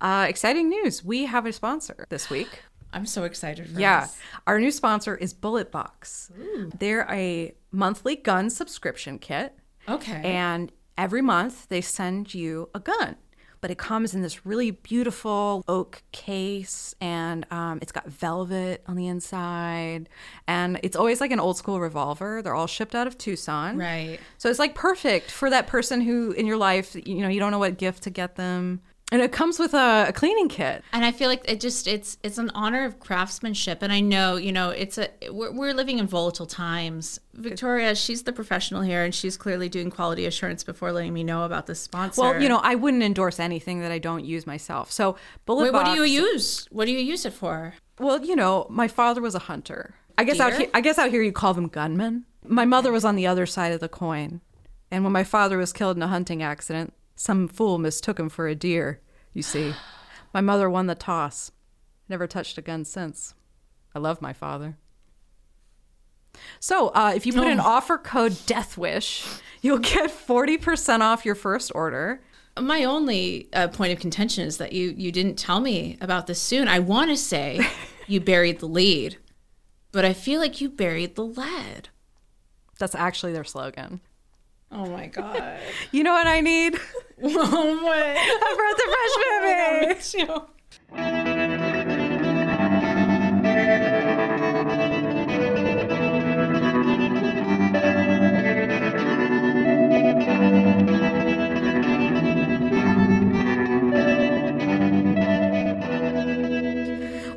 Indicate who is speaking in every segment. Speaker 1: Uh, exciting news. We have a sponsor this week.
Speaker 2: I'm so excited for
Speaker 1: Yeah.
Speaker 2: this.
Speaker 1: Our new sponsor is Bullet Box. They're a monthly gun subscription kit,
Speaker 2: Okay.
Speaker 1: and every month they send you a gun. But it comes in this really beautiful oak case, and um, it's got velvet on the inside. And it's always like an old school revolver. They're all shipped out of Tucson.
Speaker 2: right.
Speaker 1: So it's like perfect for that person who in your life, you know, you don't know what gift to get them. And it comes with a, a cleaning kit.
Speaker 3: and I feel like it just it's it's an honor of craftsmanship, and I know you know it's a we're, we're living in volatile times. Victoria, she's the professional here, and she's clearly doing quality assurance before letting me know about this sponsor.
Speaker 1: Well, you know, I wouldn't endorse anything that I don't use myself. So bullet
Speaker 3: Wait, what do you
Speaker 1: box-
Speaker 3: use? What do you use it for?
Speaker 1: Well, you know, my father was a hunter. I guess out
Speaker 3: Deer?
Speaker 1: here, I guess out here you call them gunmen. My mother was on the other side of the coin, and when my father was killed in a hunting accident, some fool mistook him for a deer. You see, my mother won the toss. Never touched a gun since. I love my father. So, uh, if you put in offer code DeathWish, you'll get forty percent off your first order.
Speaker 3: My only uh, point of contention is that you you didn't tell me about this soon. I want to say you buried the lead, but I feel like you buried the lead.
Speaker 1: That's actually their slogan.
Speaker 2: Oh my god.
Speaker 1: You know what I need?
Speaker 2: oh my.
Speaker 1: I brought the fresh baby.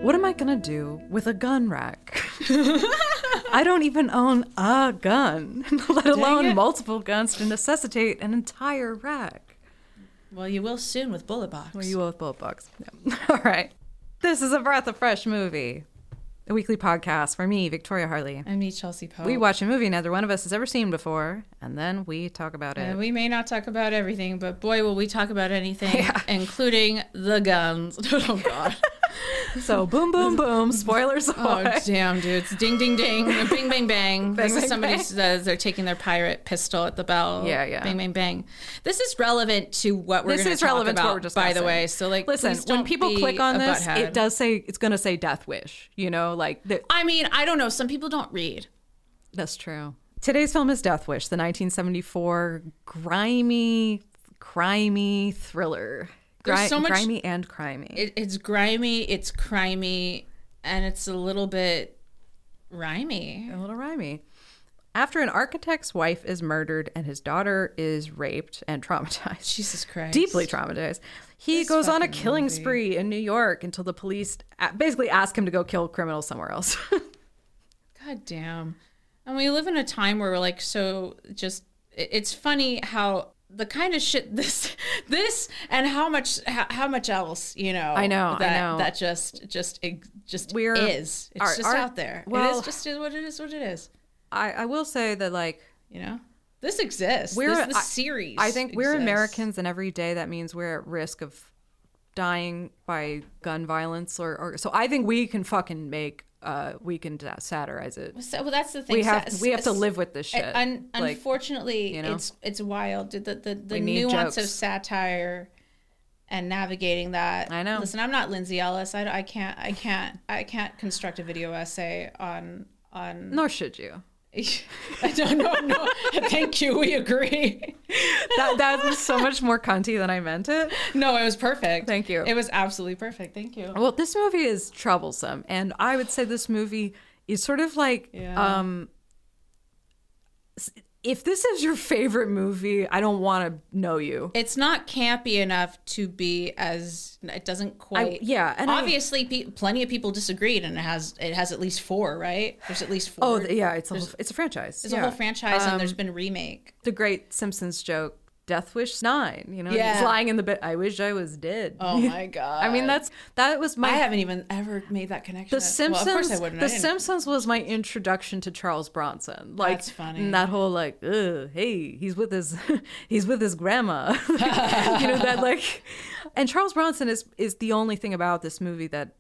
Speaker 1: What am I gonna do with a gun rack? I don't even own a gun, let alone multiple guns to necessitate an entire rack.
Speaker 3: Well, you will soon with Bullet Box.
Speaker 1: Well, you both bullet box. Yeah. All right. This is a breath of fresh movie, a weekly podcast for me, Victoria Harley.
Speaker 2: I meet Chelsea Pope.
Speaker 3: Oh.
Speaker 1: We watch a movie neither one of us has ever seen before, and then we talk about it.
Speaker 2: And
Speaker 1: We,
Speaker 2: we may not talk about everything, but
Speaker 3: Boy, will we talk about anything, including the guns. oh God!
Speaker 1: so boom, boom, boom. Spoilers.
Speaker 2: oh
Speaker 1: away.
Speaker 2: damn, dude, it's ding ding ding.
Speaker 3: Bing, bing, bang, bang. This
Speaker 1: bang,
Speaker 3: is somebody
Speaker 1: bang.
Speaker 3: says they're taking their pirate pistol at the bell.
Speaker 1: Yeah, yeah.
Speaker 3: Bang, bang, bang. This is relevant to what we're.
Speaker 1: this
Speaker 3: gonna
Speaker 1: is
Speaker 3: talk
Speaker 1: relevant
Speaker 3: about,
Speaker 1: to what we're discussing.
Speaker 3: By the way, so like,
Speaker 1: listen,
Speaker 3: please
Speaker 1: when
Speaker 3: don't
Speaker 1: people
Speaker 3: be
Speaker 1: click on
Speaker 3: a
Speaker 1: this,
Speaker 3: butthead.
Speaker 1: it does say it's going to say death wish. You know, like the,
Speaker 3: I mean, I don't know. Some people don't read.
Speaker 1: that's true. Today's film is Death Wish, the 1974 grimy, crimey thriller.
Speaker 3: There's so much-
Speaker 1: grimy and crimey.
Speaker 3: It, it's grimy. It's crimey, and it's a little bit rhymey.
Speaker 1: A little rhymey. After an architect's wife is murdered and his daughter is raped and traumatized,
Speaker 3: Jesus Christ.
Speaker 1: deeply traumatized, he goes on a killing spree in New York until the police a- basically ask him to go kill criminals somewhere else.
Speaker 3: God damn. And we live in a time where we're like so just it- it's funny how the kind of shit this this and how much how, how much else, you know.
Speaker 1: I know, I
Speaker 3: that,
Speaker 1: know.
Speaker 3: That just just it just
Speaker 1: We're-
Speaker 3: is. It's
Speaker 1: our-
Speaker 3: just
Speaker 1: our-
Speaker 3: out there. it
Speaker 1: well-
Speaker 3: is just what it is what it is,
Speaker 1: I, I will say that, like,
Speaker 3: you know. This exists.
Speaker 1: We're-
Speaker 3: this, this
Speaker 1: I-
Speaker 3: series.
Speaker 1: I think we're
Speaker 3: exists.
Speaker 1: Americans, and every day that means we're at risk of dying by gun violence, or, or so I think we can fucking make, uh, we can da- satirize it.
Speaker 3: So, well, that's the thing.
Speaker 1: We have,
Speaker 3: Sa-
Speaker 1: we have to
Speaker 3: sa-
Speaker 1: live with this shit.
Speaker 3: Un-
Speaker 1: Like,
Speaker 3: unfortunately,
Speaker 1: you know?
Speaker 3: it's it's wild. The the, the, the
Speaker 1: need
Speaker 3: nuance of
Speaker 1: jokes.
Speaker 3: satire and navigating that.
Speaker 1: I know.
Speaker 3: Listen, I'm not Lindsay Ellis. I, I can't I can't I can't construct a video essay on on.
Speaker 1: nor should you.
Speaker 3: I don't know. No, thank you. We agree.
Speaker 1: that, that was so much more cunty than I meant it.
Speaker 3: No, it was perfect.
Speaker 1: Thank you.
Speaker 3: It was absolutely perfect. Thank you.
Speaker 1: Well, this movie is troublesome, and I would say this movie is sort of like,
Speaker 3: Yeah.
Speaker 1: um, s- if this is your favorite movie, I don't want to know you.
Speaker 3: It's not campy enough to be as it doesn't quite.
Speaker 1: yeah, and I-
Speaker 3: obviously, pe- plenty of people disagreed, and it has it has at least four, right? There's at least four.
Speaker 1: Oh, th- yeah, it's a whole, it's a franchise.
Speaker 3: There's
Speaker 1: yeah. Um,
Speaker 3: a whole franchise and there's been a remake.
Speaker 1: The great Simpsons joke, Death Wish Nine. You know,
Speaker 3: Yeah.
Speaker 1: he's lying in the bed. I wish I was dead.
Speaker 3: Oh my god.
Speaker 1: I mean, that's that was my
Speaker 3: I haven't even ever made that connection.
Speaker 1: The Simpsons.
Speaker 3: Well, of course I wouldn't. I
Speaker 1: The
Speaker 3: didn't-
Speaker 1: Simpsons was my introduction to Charles Bronson. Like
Speaker 3: That's funny.
Speaker 1: and that whole like, Ugh, hey, he's with his, he's with his grandma. you know that like, and Charles Bronson is is the only thing about this movie that,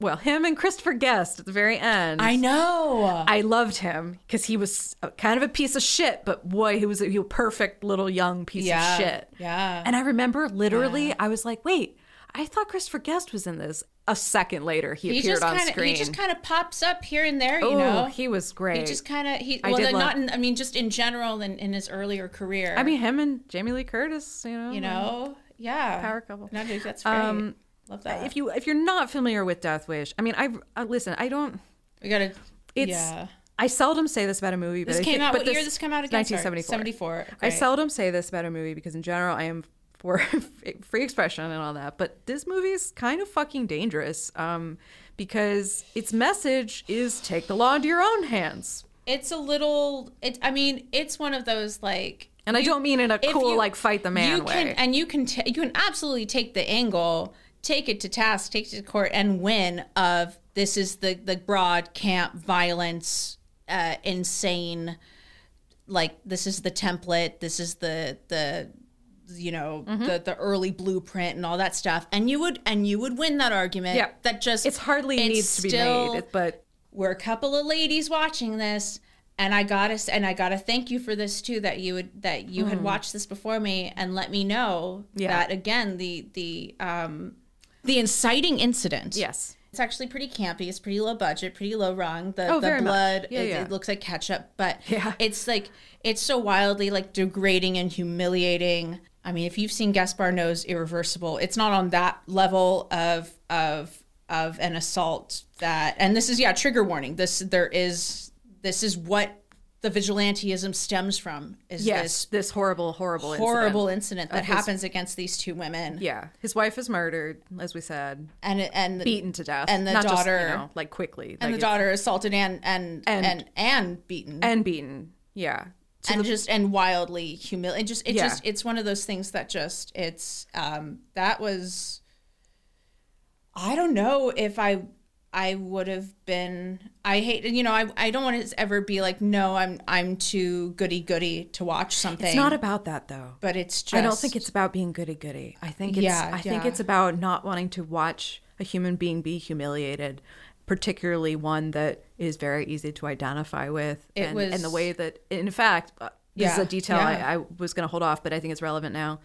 Speaker 1: well, him and Christopher Guest at the very end.
Speaker 3: I know.
Speaker 1: I loved him because he was a- kind of a piece of shit, but boy, he was a, he was a perfect little young piece
Speaker 3: Yeah,
Speaker 1: of shit.
Speaker 3: yeah.
Speaker 1: And I remember literally, I was like, wait, I thought Christopher Guest was in this. A second later, he,
Speaker 3: He
Speaker 1: appeared
Speaker 3: just
Speaker 1: on
Speaker 3: kind of
Speaker 1: screen.
Speaker 3: he just kind of pops up here and there, you
Speaker 1: oh,
Speaker 3: know.
Speaker 1: he was great.
Speaker 3: He just kind of he
Speaker 1: I
Speaker 3: well
Speaker 1: did
Speaker 3: then
Speaker 1: love-
Speaker 3: not in, I mean just in general in, in his earlier career.
Speaker 1: I mean, him and Jamie Lee Curtis. You know,
Speaker 3: you know, yeah,
Speaker 1: power couple.
Speaker 3: No, dude, that's great.
Speaker 1: Um,
Speaker 3: Love that.
Speaker 1: if you if you're not familiar with Death Wish, I mean, I uh, listen. I don't.
Speaker 3: we got to
Speaker 1: It's
Speaker 3: yeah.
Speaker 1: I seldom say this about a movie, but
Speaker 3: This
Speaker 1: I
Speaker 3: came
Speaker 1: thi-
Speaker 3: out.
Speaker 1: but
Speaker 3: What year this come out again? Sorry,
Speaker 1: 1974.
Speaker 3: 74.
Speaker 1: I
Speaker 3: great.
Speaker 1: seldom say this about a movie because in general I am for free expression and all that, but this movie's kind of fucking dangerous um, because its message is take the law into your own hands.
Speaker 3: It's a little. It. I mean, it's one of those like.
Speaker 1: And I don't mean in a
Speaker 3: if
Speaker 1: cool
Speaker 3: you-
Speaker 1: like fight the man
Speaker 3: you
Speaker 1: way.
Speaker 3: Can, and you can ta you can absolutely take the angle, take it to task, take it to court, and win. Of this is the the broad camp violence, uh, insane. Like this is the template. This is the the you know
Speaker 1: Mm-hmm.
Speaker 3: the the early blueprint and all that stuff and you would and you would win that argument
Speaker 1: Yeah.
Speaker 3: that just
Speaker 1: it's hardly
Speaker 3: it's
Speaker 1: needs to be
Speaker 3: still-
Speaker 1: made, it- but
Speaker 3: we're a couple of ladies watching this and I got us and I got to thank you for this too that you would that you had watched this before me and let me know
Speaker 1: Yeah.
Speaker 3: that again the the um the inciting incident
Speaker 1: yes.
Speaker 3: it's actually pretty campy it's pretty low budget pretty low rung the,
Speaker 1: Oh,
Speaker 3: the
Speaker 1: very much.
Speaker 3: blood
Speaker 1: Yeah,
Speaker 3: it,
Speaker 1: yeah.
Speaker 3: it looks like ketchup but
Speaker 1: Yeah.
Speaker 3: it's like it's so wildly like degrading and humiliating I mean if you've seen Gaspar Noe's Irreversible it's not on that level of of of an assault that and this is yeah trigger warning this there is this is what the vigilanteism stems from is
Speaker 1: Yes,
Speaker 3: this
Speaker 1: this, horrible, horrible,
Speaker 3: horrible
Speaker 1: Incident.
Speaker 3: incident that happens against these two women
Speaker 1: Yeah, his wife is murdered, as we said,
Speaker 3: and and
Speaker 1: beaten to death,
Speaker 3: And the
Speaker 1: Not just, you
Speaker 3: daughter-
Speaker 1: know, like quickly,
Speaker 3: and
Speaker 1: like,
Speaker 3: the daughter assaulted and and
Speaker 1: And-
Speaker 3: and and, beaten
Speaker 1: and beaten. Yeah,
Speaker 3: and just and wildly humiliated. Just it
Speaker 1: Yeah.
Speaker 3: just it's one of those things that just it's um that was I don't know if I I would have been I hate you know I I don't want to ever be like no I'm I'm too goody goody to watch something.
Speaker 1: it's not about that though.
Speaker 3: but it's just
Speaker 1: I don't think it's about being goody goody. I think it's
Speaker 3: Yeah,
Speaker 1: I think
Speaker 3: yeah.
Speaker 1: it's about not wanting to watch a human being be humiliated, particularly one that is very easy to identify with.
Speaker 3: It
Speaker 1: and,
Speaker 3: was-
Speaker 1: and the way that in fact uh, this is
Speaker 3: Yeah,
Speaker 1: a detail
Speaker 3: yeah.
Speaker 1: I, I was gonna hold off, but I think it's relevant now.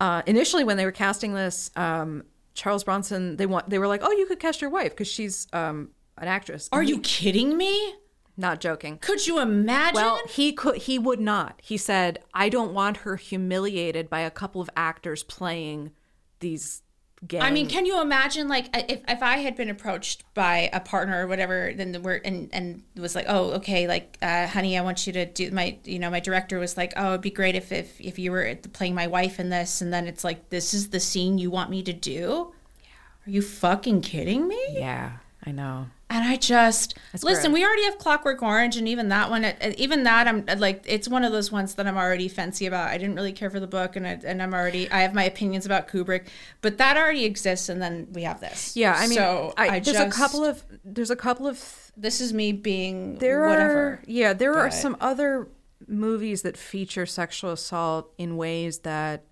Speaker 1: Uh, initially when they were casting this, um, Charles Bronson they want they were like, Oh, you could cast your wife because she's um, an actress.
Speaker 3: Are you kidding me?
Speaker 1: not joking.
Speaker 3: Could you imagine?
Speaker 1: Well, he could he would not. He said, "I don't want her humiliated by a couple of actors playing these games."
Speaker 3: I mean, can you imagine like I- if, if I had been approached by a partner or whatever, then the word and and was like, oh, okay, like, uh, honey, I want you to do my, you know, my director was like, oh, it'd be great if if if you were playing my wife in this, and then it's like, this is the scene you want me to do. Are you fucking kidding me?
Speaker 1: yeah, I know.
Speaker 3: And I just listen. We already have Clockwork Orange, and even that one, uh, even that, I'm like, it's one of those ones that I'm already fancy about. I didn't really care for the book, and I, and I'm already, I have my opinions about Kubrick, but that already exists, and then we have this.
Speaker 1: Yeah, I mean,
Speaker 3: so
Speaker 1: I,
Speaker 3: I
Speaker 1: there's
Speaker 3: just-
Speaker 1: a couple of there's a couple of
Speaker 3: This is me being
Speaker 1: there
Speaker 3: whatever.
Speaker 1: are yeah there are some other movies that feature sexual assault in ways that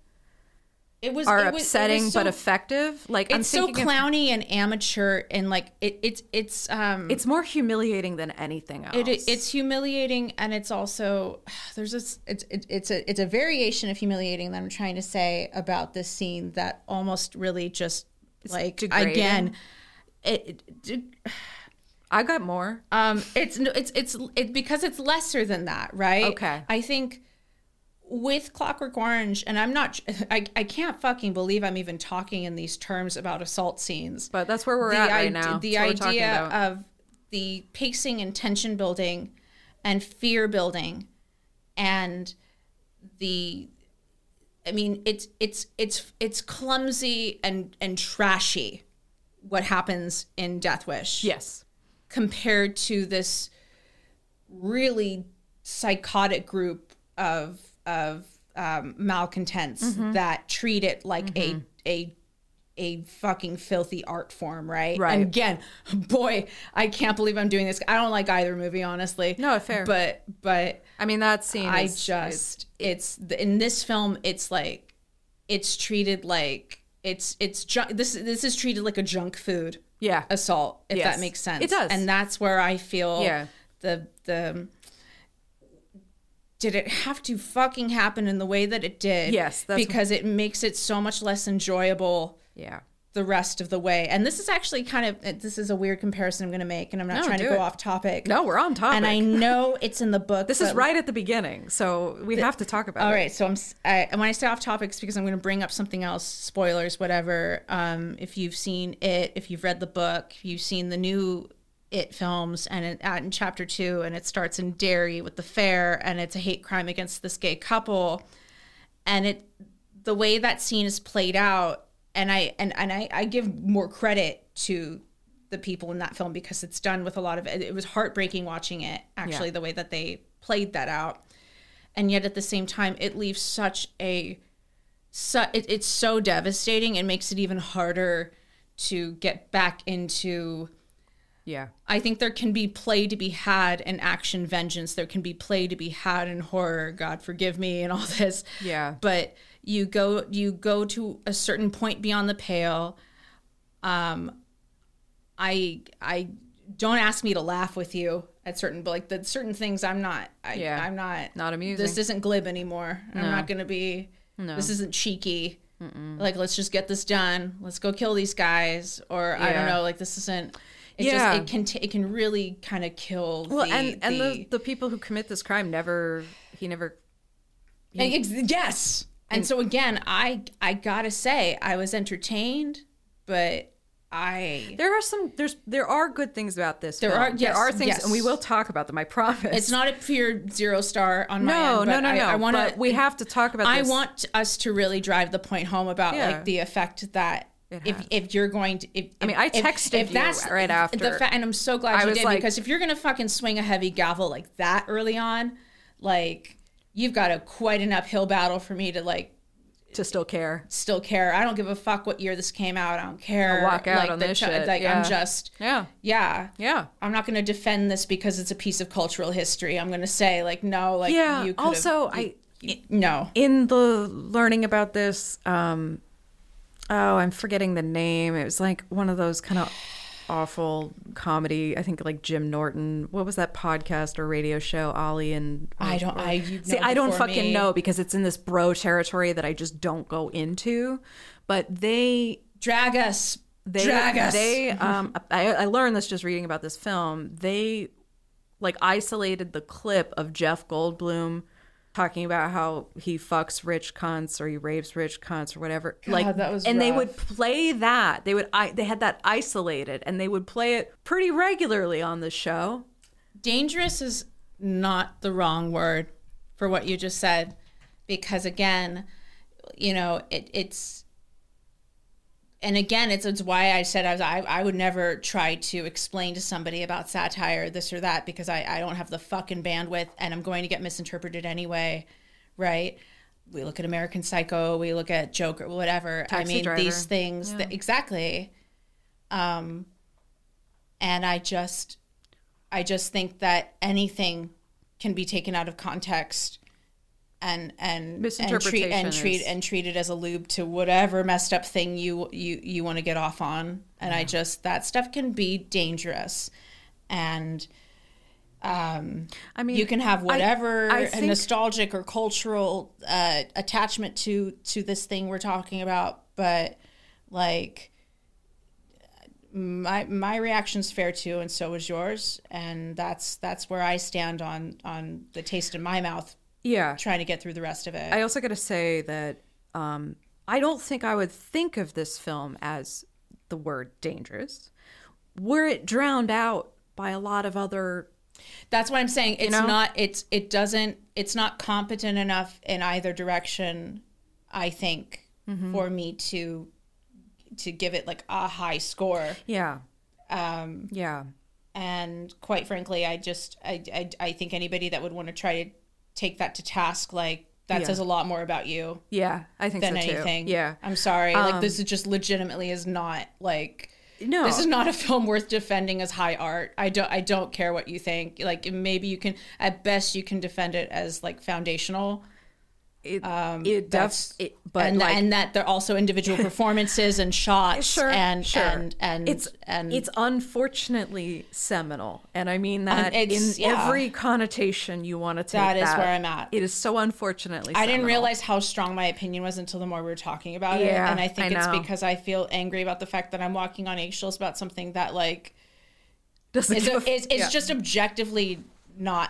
Speaker 3: It was
Speaker 1: are
Speaker 3: it was- it was
Speaker 1: upsetting
Speaker 3: so-
Speaker 1: but effective. Like I'm
Speaker 3: It's so
Speaker 1: thinking of-
Speaker 3: clowny and amateur, and like it, it's it's um.
Speaker 1: it's more humiliating than anything else.
Speaker 3: It, it, it's humiliating, and it's also there's this. It's it, it's a it's a variation of humiliating that I'm trying to say about this scene that almost really just like
Speaker 1: degrading.
Speaker 3: again, it, it
Speaker 1: I got more.
Speaker 3: um it's no it's it's it because it's lesser than that, right?
Speaker 1: Okay.
Speaker 3: I think with Clockwork Orange, and I'm not. I I can't fucking believe I'm even talking in these terms about assault scenes
Speaker 1: But that's where we're
Speaker 3: the
Speaker 1: at right
Speaker 3: ide-
Speaker 1: now.
Speaker 3: The
Speaker 1: That's what we're talking
Speaker 3: idea
Speaker 1: about.
Speaker 3: of the pacing and tension building and fear building and the I mean it's it's it's it's clumsy and and trashy what happens in Death Wish
Speaker 1: yes,
Speaker 3: compared to this really psychotic group of of um, malcontents
Speaker 1: Mm-hmm.
Speaker 3: that treat it like a a a fucking filthy art form, right?
Speaker 1: Right.
Speaker 3: And again, boy, I can't believe I'm doing this. I don't like either movie, honestly.
Speaker 1: No, fair.
Speaker 3: But but
Speaker 1: I mean that scene.
Speaker 3: I
Speaker 1: is-
Speaker 3: just it's in this film it's like it's treated like it's it's junk this this is treated like a junk food
Speaker 1: yeah
Speaker 3: assault if
Speaker 1: Yes.
Speaker 3: that makes sense
Speaker 1: It does.
Speaker 3: and that's where i feel
Speaker 1: Yeah.
Speaker 3: the the did it have to fucking happen in the way that it did
Speaker 1: Yes, that's-
Speaker 3: because it makes it so much less enjoyable
Speaker 1: yeah.
Speaker 3: the rest of the way. And this is actually kind of this is a weird comparison I'm going to make, and I'm not
Speaker 1: No,
Speaker 3: trying to
Speaker 1: do
Speaker 3: go
Speaker 1: it.
Speaker 3: off topic.
Speaker 1: No, we're on topic.
Speaker 3: And I know it's in the book.
Speaker 1: this is
Speaker 3: but-
Speaker 1: right at the beginning, so we have to talk about
Speaker 3: All
Speaker 1: it.
Speaker 3: right, so I'm s- I, and when I say off topics because I'm going to bring up something else, spoilers, whatever. Um, if you've seen it, if you've read the book, if you've seen the new it films, and it, uh, in chapter two, and it starts in Derry with the fair, and it's a hate crime against this gay couple, and it the way that scene is played out, and I and and I, I give more credit to the people in that film because it's done with a lot of it, it was heartbreaking watching it actually the way that they played that out and yet at the same time it leaves such a su- it, it's so devastating and makes it even harder to get back into
Speaker 1: Yeah.
Speaker 3: i think there can be play to be had in action vengeance there can be play to be had in horror god forgive me and all this
Speaker 1: Yeah.
Speaker 3: but you go you go to a certain point beyond the pale um i i don't ask me to laugh with you at certain but like the certain things i'm not I,
Speaker 1: Yeah.
Speaker 3: i'm not
Speaker 1: Not amusing.
Speaker 3: this isn't glib anymore i'm not gonna be this isn't cheeky like let's just get this done let's go kill these guys or i don't
Speaker 1: Yeah.
Speaker 3: know like this isn't it
Speaker 1: Yeah.
Speaker 3: just it can t- it can really kind of kill
Speaker 1: well,
Speaker 3: the,
Speaker 1: and and
Speaker 3: the,
Speaker 1: the, the people who commit this crime never he never
Speaker 3: And ex- yes.
Speaker 1: Mm.
Speaker 3: And so again, I I gotta say I was entertained, but I
Speaker 1: There are some. There's there are good things about this.
Speaker 3: There
Speaker 1: film.
Speaker 3: are- yes,
Speaker 1: there are things,
Speaker 3: yes.
Speaker 1: and we will talk about them. I promise.
Speaker 3: it's not a pure zero star on my
Speaker 1: no,
Speaker 3: end.
Speaker 1: no,
Speaker 3: but
Speaker 1: no,
Speaker 3: I-
Speaker 1: no.
Speaker 3: I, want
Speaker 1: But
Speaker 3: to.
Speaker 1: we have to talk about.
Speaker 3: I
Speaker 1: this.
Speaker 3: want us to really drive the point home about
Speaker 1: Yeah.
Speaker 3: like the effect that.
Speaker 1: It
Speaker 3: If,
Speaker 1: has.
Speaker 3: if you're going to, if,
Speaker 1: I mean, I
Speaker 3: if-
Speaker 1: texted you right
Speaker 3: the
Speaker 1: after.
Speaker 3: fa- and I'm so glad
Speaker 1: I
Speaker 3: you
Speaker 1: was
Speaker 3: did
Speaker 1: like-
Speaker 3: because if you're gonna fucking swing a heavy gavel like that early on, like you've got a quite an uphill battle for me to like
Speaker 1: to still care.
Speaker 3: still care. I don't give a fuck what year this came out. I don't care.
Speaker 1: I'll walk out
Speaker 3: like,
Speaker 1: on
Speaker 3: the
Speaker 1: this
Speaker 3: ti-
Speaker 1: shit,
Speaker 3: Like
Speaker 1: yeah.
Speaker 3: I'm just,
Speaker 1: Yeah,
Speaker 3: yeah.
Speaker 1: yeah,
Speaker 3: I'm not going to defend this because it's a piece of cultural history. I'm going to say like, no, like
Speaker 1: yeah.
Speaker 3: you. could've-
Speaker 1: Also, I
Speaker 3: no.
Speaker 1: in the learning about this. um Oh, I'm forgetting the name. It was like one of those kind of awful comedy. I think like Jim Norton. What was that podcast or radio show? Ollie and
Speaker 3: I don't. I you
Speaker 1: See,
Speaker 3: know
Speaker 1: I don't
Speaker 3: before
Speaker 1: fucking
Speaker 3: me.
Speaker 1: know because it's in this bro territory that I just don't go into. But they
Speaker 3: Drag us.
Speaker 1: they
Speaker 3: Drag us. Mm-hmm.
Speaker 1: they um I, I learned this just reading about this film. They like isolated the clip of Jeff Goldblum talking about how he fucks rich cunts or he rapes rich cunts or whatever. like
Speaker 3: that was
Speaker 1: and they
Speaker 3: rough.
Speaker 1: would play that. They would I they had that isolated and they would play it pretty regularly on the show.
Speaker 3: dangerous is not the wrong word for what you just said because again you know it, it's and again it's, it's why i said i was I, I would never try to explain to somebody about satire this or that because I, I don't have the fucking bandwidth and i'm going to get misinterpreted anyway right we look at american psycho we look at joker whatever i
Speaker 1: Taxi
Speaker 3: mean
Speaker 1: Driver.
Speaker 3: these things that, exactly um and i just I just think that anything can be taken out of context and and and treat
Speaker 1: Misinterpretation
Speaker 3: and treat
Speaker 1: is-
Speaker 3: and treat it as a lube to whatever messed up thing you you you want to get off on. And I just that stuff can be dangerous. And
Speaker 1: I mean
Speaker 3: you can have whatever
Speaker 1: I think-
Speaker 3: nostalgic or cultural uh, attachment to to this thing we're talking about, but like my my reaction's fair too, and so is yours, and that's that's where I stand on on the taste in my mouth,
Speaker 1: Yeah.
Speaker 3: trying to get through the rest of it.
Speaker 1: I also got to say that um, I don't think I would think of this film as the word dangerous, were it drowned out by a lot of other.
Speaker 3: that's what I'm saying. It's
Speaker 1: know?
Speaker 3: not it's it doesn't it's not competent enough in either direction, I think,
Speaker 1: Mm-hmm.
Speaker 3: for me to to give it like a high score.
Speaker 1: Yeah. Um, yeah.
Speaker 3: and quite frankly i just i i, I think anybody that would want to try to take that to task like that
Speaker 1: Yeah.
Speaker 3: says a lot more about you
Speaker 1: Yeah. I think
Speaker 3: than
Speaker 1: so too.
Speaker 3: anything
Speaker 1: Yeah. Um,
Speaker 3: i'm sorry like this is just legitimately is not like
Speaker 1: No.
Speaker 3: this is not a film worth defending as high art i don't i don't care what you think like maybe you can at best you can defend it as like foundational
Speaker 1: It, it def-
Speaker 3: that's-
Speaker 1: it, but
Speaker 3: and,
Speaker 1: like,
Speaker 3: and that they're also individual performances and shots
Speaker 1: sure,
Speaker 3: and,
Speaker 1: sure.
Speaker 3: and and
Speaker 1: it's
Speaker 3: and
Speaker 1: it's unfortunately seminal, and I mean that in
Speaker 3: it's- yeah.
Speaker 1: every connotation you want to take.
Speaker 3: That is where I'm at.
Speaker 1: It is so unfortunately.
Speaker 3: I didn't
Speaker 1: seminal.
Speaker 3: realize how strong my opinion was until the more we were talking about it.
Speaker 1: Yeah,
Speaker 3: And I think
Speaker 1: I
Speaker 3: it's
Speaker 1: know.
Speaker 3: because I feel angry about the fact that I'm walking on eggshells about something that like
Speaker 1: Doesn't
Speaker 3: is
Speaker 1: give a f-
Speaker 3: is, is
Speaker 1: yeah.
Speaker 3: just objectively not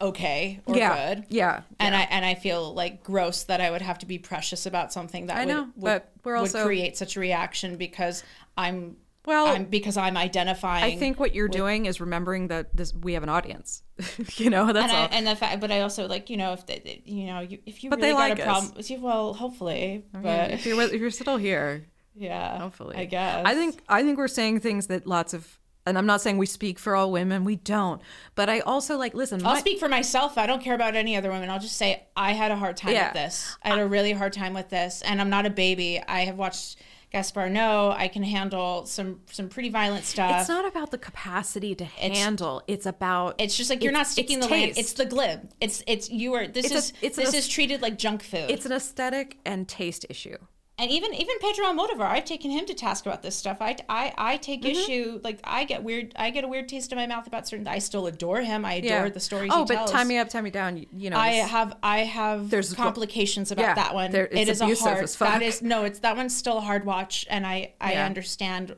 Speaker 3: okay or
Speaker 1: yeah,
Speaker 3: good.
Speaker 1: yeah.
Speaker 3: And I and I feel like gross that I would have to be precious about something that
Speaker 1: I
Speaker 3: would,
Speaker 1: know,
Speaker 3: would,
Speaker 1: but we're
Speaker 3: would
Speaker 1: also-
Speaker 3: create such a reaction because I'm
Speaker 1: Well-
Speaker 3: I'm, because I'm identifying
Speaker 1: I think what you're doing is remembering that this, we have an audience. you know, that's
Speaker 3: and
Speaker 1: all.
Speaker 3: I, and the fact, but I also like you know if the, you know you, if you
Speaker 1: But
Speaker 3: really
Speaker 1: they
Speaker 3: got
Speaker 1: like
Speaker 3: a
Speaker 1: us.
Speaker 3: problem, see, well, hopefully, but
Speaker 1: if, you're, with- if you're still here,
Speaker 3: yeah,
Speaker 1: hopefully,
Speaker 3: I guess
Speaker 1: I think I think we're saying things that lots of, and I'm not saying we speak for all women. We don't. But I also like listen.
Speaker 3: I'll
Speaker 1: my-
Speaker 3: speak for myself. I don't care about any other women. I'll just say I had a hard time
Speaker 1: Yeah.
Speaker 3: with this. I had a really hard time with this, and I'm not a baby. I have watched Gaspar No. I can handle some some pretty violent stuff.
Speaker 1: it's not about the capacity to handle. It's about
Speaker 3: It's just like you're not
Speaker 1: it's-
Speaker 3: sticking
Speaker 1: it's
Speaker 3: the land.
Speaker 1: taste.
Speaker 3: It's the glib. It's it's you are this
Speaker 1: It's a-
Speaker 3: is
Speaker 1: it's an
Speaker 3: this
Speaker 1: aes-
Speaker 3: is treated like junk food.
Speaker 1: it's an aesthetic and taste issue.
Speaker 3: and even even Pedro Almodovar, I've taken him to task about this stuff. I I, I take
Speaker 1: Mm-hmm.
Speaker 3: issue like I get weird. I get a weird taste in my mouth about certain. I still adore him. I adore the stories.
Speaker 1: Oh,
Speaker 3: he
Speaker 1: but
Speaker 3: tells.
Speaker 1: tie me up, tie me down. You, you know,
Speaker 3: I
Speaker 1: it's-
Speaker 3: have I have
Speaker 1: There's-
Speaker 3: complications about
Speaker 1: yeah,
Speaker 3: that one.
Speaker 1: there-
Speaker 3: it
Speaker 1: it's
Speaker 3: is a
Speaker 1: abusive
Speaker 3: hard
Speaker 1: as fuck.
Speaker 3: that is no, it's that one's still a hard watch, and I I
Speaker 1: Yeah.
Speaker 3: understand.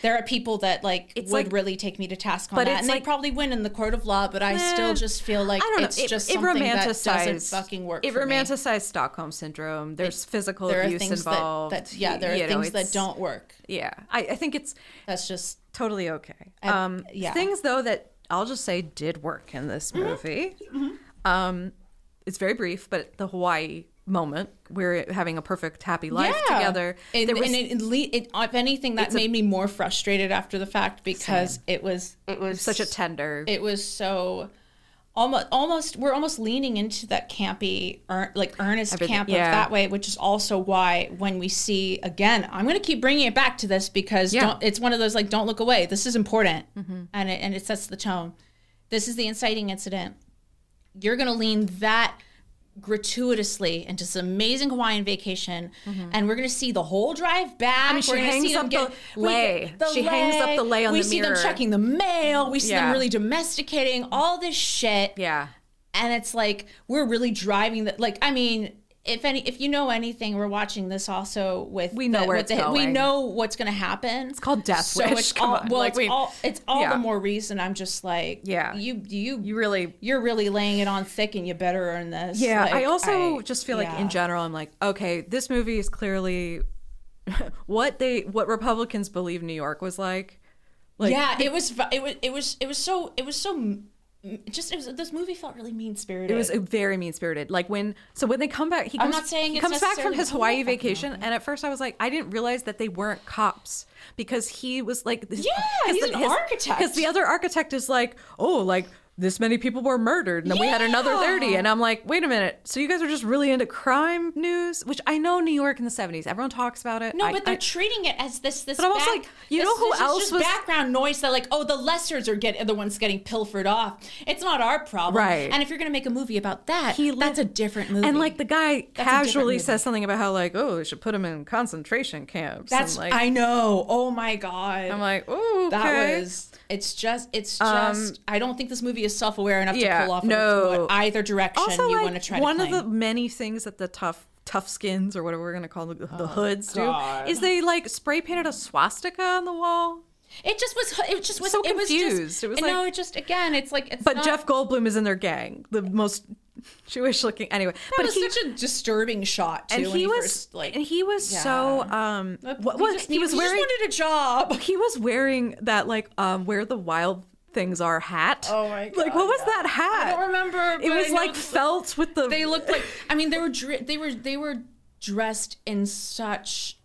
Speaker 3: There are people that like
Speaker 1: It's
Speaker 3: would
Speaker 1: like-
Speaker 3: really take me to task on
Speaker 1: but
Speaker 3: that,
Speaker 1: it's
Speaker 3: and
Speaker 1: like-
Speaker 3: they probably win in the court of law. But I
Speaker 1: Eh,
Speaker 3: still just feel like it's just something that doesn't fucking work.
Speaker 1: It
Speaker 3: for me.
Speaker 1: romanticized Stockholm syndrome. There's physical
Speaker 3: There are
Speaker 1: abuse
Speaker 3: things that,
Speaker 1: involved.
Speaker 3: that yeah, there are
Speaker 1: You know,
Speaker 3: things that
Speaker 1: it's-
Speaker 3: don't work.
Speaker 1: Yeah, I, I think it's
Speaker 3: That's just
Speaker 1: totally okay.
Speaker 3: And-
Speaker 1: um,
Speaker 3: yeah. Mm-hmm.
Speaker 1: Things though that I'll just say did work in this movie. Um, it's very brief, but the Hawaii moment, we're having a perfect happy life together.
Speaker 3: And,
Speaker 1: There was-
Speaker 3: and it, it, le- it, if anything, that made me more frustrated after the fact because it was it was
Speaker 1: such a tender.
Speaker 3: it was so almost almost we're almost leaning into that campy ear- like earnest
Speaker 1: Everything-
Speaker 3: camp
Speaker 1: yeah.
Speaker 3: of that way which is also why when we see again i'm going to keep bringing it back to this because
Speaker 1: Yeah. Mm-hmm.
Speaker 3: don't, it's one of those like don't look away this is important and it, and it sets the tone this is the inciting incident you're going to lean that gratuitously into this amazing Hawaiian vacation, and we're going to see the whole drive back.
Speaker 1: Mm-hmm.
Speaker 3: I
Speaker 1: mean, she
Speaker 3: we're gonna
Speaker 1: hangs up the
Speaker 3: we-
Speaker 1: lay. She hangs up the lay on
Speaker 3: we
Speaker 1: the
Speaker 3: see
Speaker 1: mirror.
Speaker 3: them checking the mail. We see
Speaker 1: Yeah.
Speaker 3: them really domesticating all this shit,
Speaker 1: yeah.
Speaker 3: and it's like we're really driving the like. I mean. If any, if you know anything, we're watching this also with
Speaker 1: We know
Speaker 3: the,
Speaker 1: where
Speaker 3: with
Speaker 1: it's
Speaker 3: the- We
Speaker 1: going.
Speaker 3: know what's going to happen. It's
Speaker 1: called Death
Speaker 3: so
Speaker 1: Wish.
Speaker 3: It's
Speaker 1: Come
Speaker 3: all,
Speaker 1: on.
Speaker 3: Well,
Speaker 1: Like,
Speaker 3: it's
Speaker 1: we-
Speaker 3: all it's all
Speaker 1: yeah.
Speaker 3: the more reason I'm just like,
Speaker 1: Yeah.
Speaker 3: you you
Speaker 1: You really
Speaker 3: you're really laying it on thick and you better earn this.
Speaker 1: Yeah, I
Speaker 3: Like,
Speaker 1: also
Speaker 3: I-
Speaker 1: just feel like
Speaker 3: yeah.
Speaker 1: in general, I'm like, okay, this movie is clearly what they what Republicans believe New York was like. Like,
Speaker 3: yeah, it was v- it was it was it was so it was so m- m- just it was this movie felt really mean spirited.
Speaker 1: It was a very mean spirited. Like when so when they come back, he
Speaker 3: I'm
Speaker 1: comes,
Speaker 3: not saying
Speaker 1: he
Speaker 3: it's
Speaker 1: comes back from
Speaker 3: necessarily-
Speaker 1: his
Speaker 3: I don't
Speaker 1: Hawaii
Speaker 3: fucking know.
Speaker 1: vacation, and at first I was like, I didn't realize that they weren't cops because he was like,
Speaker 3: Yeah, he's an architect.
Speaker 1: Because the other architect is like, oh, like this many people were murdered, and then we had another
Speaker 3: Yeah.
Speaker 1: thirty, and I'm like, wait a minute, so you guys are just really into crime news? Which I know New York in the '70s, everyone talks about it.
Speaker 3: no,
Speaker 1: I-
Speaker 3: but they're
Speaker 1: I-
Speaker 3: treating it as this this.
Speaker 1: But I'm also
Speaker 3: back-
Speaker 1: like, you
Speaker 3: this-
Speaker 1: know who
Speaker 3: this
Speaker 1: else
Speaker 3: is just
Speaker 1: was-
Speaker 3: background noise that like oh the lessers are get are the ones getting pilfered off. It's not our problem,
Speaker 1: Right.
Speaker 3: And if you're gonna make a movie about that,
Speaker 1: He
Speaker 3: that's a
Speaker 1: lived-
Speaker 3: different movie.
Speaker 1: And like the guy
Speaker 3: a different
Speaker 1: casually
Speaker 3: movie.
Speaker 1: says something about how like, oh, we should put him in concentration camps.
Speaker 3: that's
Speaker 1: and like,
Speaker 3: I know. Oh my god,
Speaker 1: am like, oh, okay. Um,
Speaker 3: That was. It's just. It's just. I don't think this movie is self-aware enough
Speaker 1: yeah,
Speaker 3: to pull off
Speaker 1: no.
Speaker 3: what, either direction
Speaker 1: also
Speaker 3: you
Speaker 1: like
Speaker 3: want to try.
Speaker 1: one
Speaker 3: to
Speaker 1: of
Speaker 3: claim.
Speaker 1: the many things that the tough tough skins or whatever we're gonna call the, the hoods
Speaker 3: Oh, God.
Speaker 1: do is they like spray painted a swastika on the wall.
Speaker 3: It just was. It just was
Speaker 1: So
Speaker 3: it was
Speaker 1: confused.
Speaker 3: just,
Speaker 1: It was
Speaker 3: no.
Speaker 1: like-
Speaker 3: It just again. It's like it's.
Speaker 1: But
Speaker 3: not,
Speaker 1: Jeff Goldblum is in their gang, the most Jewish looking. Anyway,
Speaker 3: That
Speaker 1: but
Speaker 3: was
Speaker 1: he
Speaker 3: such a disturbing shot too.
Speaker 1: and
Speaker 3: when
Speaker 1: he was
Speaker 3: first, like.
Speaker 1: and he was so um what
Speaker 3: we
Speaker 1: was
Speaker 3: just
Speaker 1: he
Speaker 3: need-
Speaker 1: was
Speaker 3: we
Speaker 1: wearing
Speaker 3: Just wanted a job.
Speaker 1: he was wearing that like um where the wild things are hat.
Speaker 3: Oh my
Speaker 1: Like what
Speaker 3: God,
Speaker 1: was
Speaker 3: yeah.
Speaker 1: that hat?
Speaker 3: I don't remember,
Speaker 1: It
Speaker 3: but
Speaker 1: was
Speaker 3: I know
Speaker 1: like
Speaker 3: it's-
Speaker 1: felt with the
Speaker 3: They looked like. I mean, they were. Dri- they were. They were dressed in such,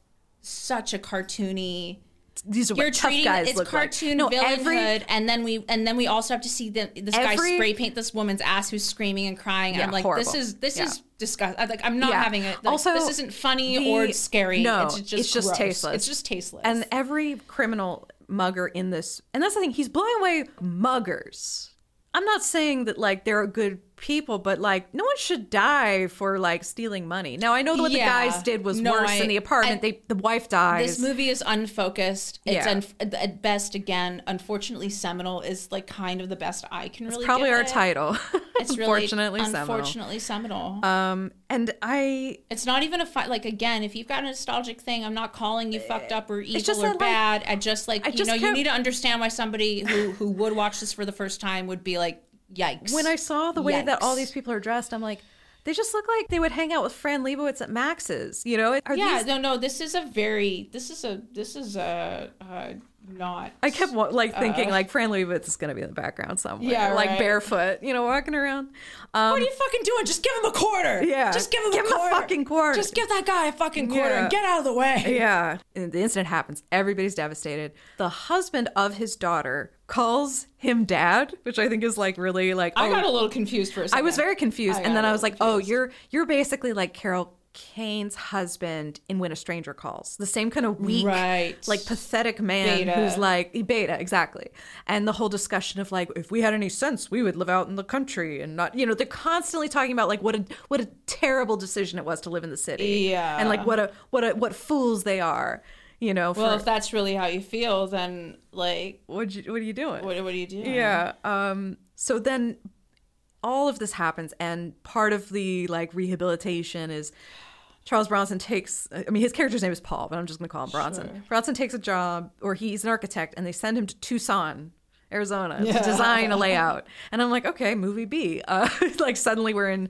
Speaker 3: such a cartoony.
Speaker 1: these are
Speaker 3: You're
Speaker 1: what tough
Speaker 3: treating
Speaker 1: guys
Speaker 3: it's
Speaker 1: look
Speaker 3: cartoon
Speaker 1: like.
Speaker 3: villain hood, and then we and then we also have to see the, this
Speaker 1: Every-
Speaker 3: guy spray paint this woman's ass who's screaming and crying.
Speaker 1: Yeah,
Speaker 3: I'm like,
Speaker 1: horrible.
Speaker 3: this is this
Speaker 1: Yeah.
Speaker 3: is disgusting. Like, I'm not
Speaker 1: Yeah.
Speaker 3: having it. Like,
Speaker 1: Also,
Speaker 3: this isn't funny
Speaker 1: the-
Speaker 3: or scary.
Speaker 1: no,
Speaker 3: it's just,
Speaker 1: it's just
Speaker 3: gross.
Speaker 1: tasteless.
Speaker 3: It's just tasteless.
Speaker 1: and every criminal mugger in this and that's the thing he's blowing away muggers i'm not saying that like there are good people, but like no one should die for like stealing money. Now I know what
Speaker 3: Yeah.
Speaker 1: the guys did was
Speaker 3: No,
Speaker 1: worse
Speaker 3: I-
Speaker 1: in the apartment.
Speaker 3: I-
Speaker 1: they the wife dies.
Speaker 3: This movie is unfocused. It's
Speaker 1: Yeah.
Speaker 3: un- at best again. Unfortunately, seminal is like kind of the best I can really.
Speaker 1: Probably
Speaker 3: give
Speaker 1: our
Speaker 3: it.
Speaker 1: title.
Speaker 3: It's really
Speaker 1: unfortunately, unfortunately.
Speaker 3: unfortunately seminal.
Speaker 1: Um, and I
Speaker 3: it's not even a fight. Like again, if you've got a nostalgic thing, I'm not calling you fucked up or evil
Speaker 1: just
Speaker 3: or
Speaker 1: that, like,
Speaker 3: bad. I just like you
Speaker 1: just
Speaker 3: know you
Speaker 1: kept-
Speaker 3: need to understand why somebody who who would watch this for the first time would be like, yikes.
Speaker 1: when I saw the way that all
Speaker 3: Yikes.
Speaker 1: these people are dressed, I'm like, they just look like they would hang out with Fran Lebowitz at Max's. You know, are
Speaker 3: yeah,
Speaker 1: these
Speaker 3: no, no. This is a very. This is a. This is a. Uh, not.
Speaker 1: I kept wa- like thinking like Fran Lebowitz is gonna be in the background somewhere,
Speaker 3: Uh. Yeah,
Speaker 1: like
Speaker 3: right.
Speaker 1: barefoot, you know, walking around. Um,
Speaker 3: What are you fucking doing? Just give him a quarter.
Speaker 1: Yeah.
Speaker 3: Just give him
Speaker 1: Give
Speaker 3: a
Speaker 1: him a
Speaker 3: quarter.
Speaker 1: fucking quarter.
Speaker 3: Just give that guy a fucking quarter
Speaker 1: Yeah.
Speaker 3: and get out of the way.
Speaker 1: yeah, and the incident happens. Everybody's devastated. The husband of his daughter calls him dad, which I think is like really like
Speaker 3: I
Speaker 1: oh,
Speaker 3: got a little confused for a second.
Speaker 1: I was very confused,
Speaker 3: I got
Speaker 1: and then
Speaker 3: a
Speaker 1: I was
Speaker 3: little
Speaker 1: like, "Oh, you're you're basically like Carol Kane's husband in When a Stranger Calls, the same kind of weak,
Speaker 3: Right.
Speaker 1: like pathetic man
Speaker 3: Beta.
Speaker 1: who's like beta, exactly." And the whole discussion of like, if we had any sense, we would live out in the country and not, you know, they're constantly talking about like what a what a terrible decision it was to live in the city,
Speaker 3: Yeah.
Speaker 1: and like what a what a what fools they are, you know. For,
Speaker 3: Well, if that's really how you feel, then like,
Speaker 1: what you, what are you doing?
Speaker 3: what, what do you do?
Speaker 1: Yeah. Um, so then all of this happens, and part of the like rehabilitation is Charles Bronson takes. I mean, his character's name is Paul, but I'm just going to call him Bronson. Bronson takes a job, or he's an architect, and they send him to Tucson. Arizona to design a layout, and I'm like, okay, movie B. Uh, like suddenly we're in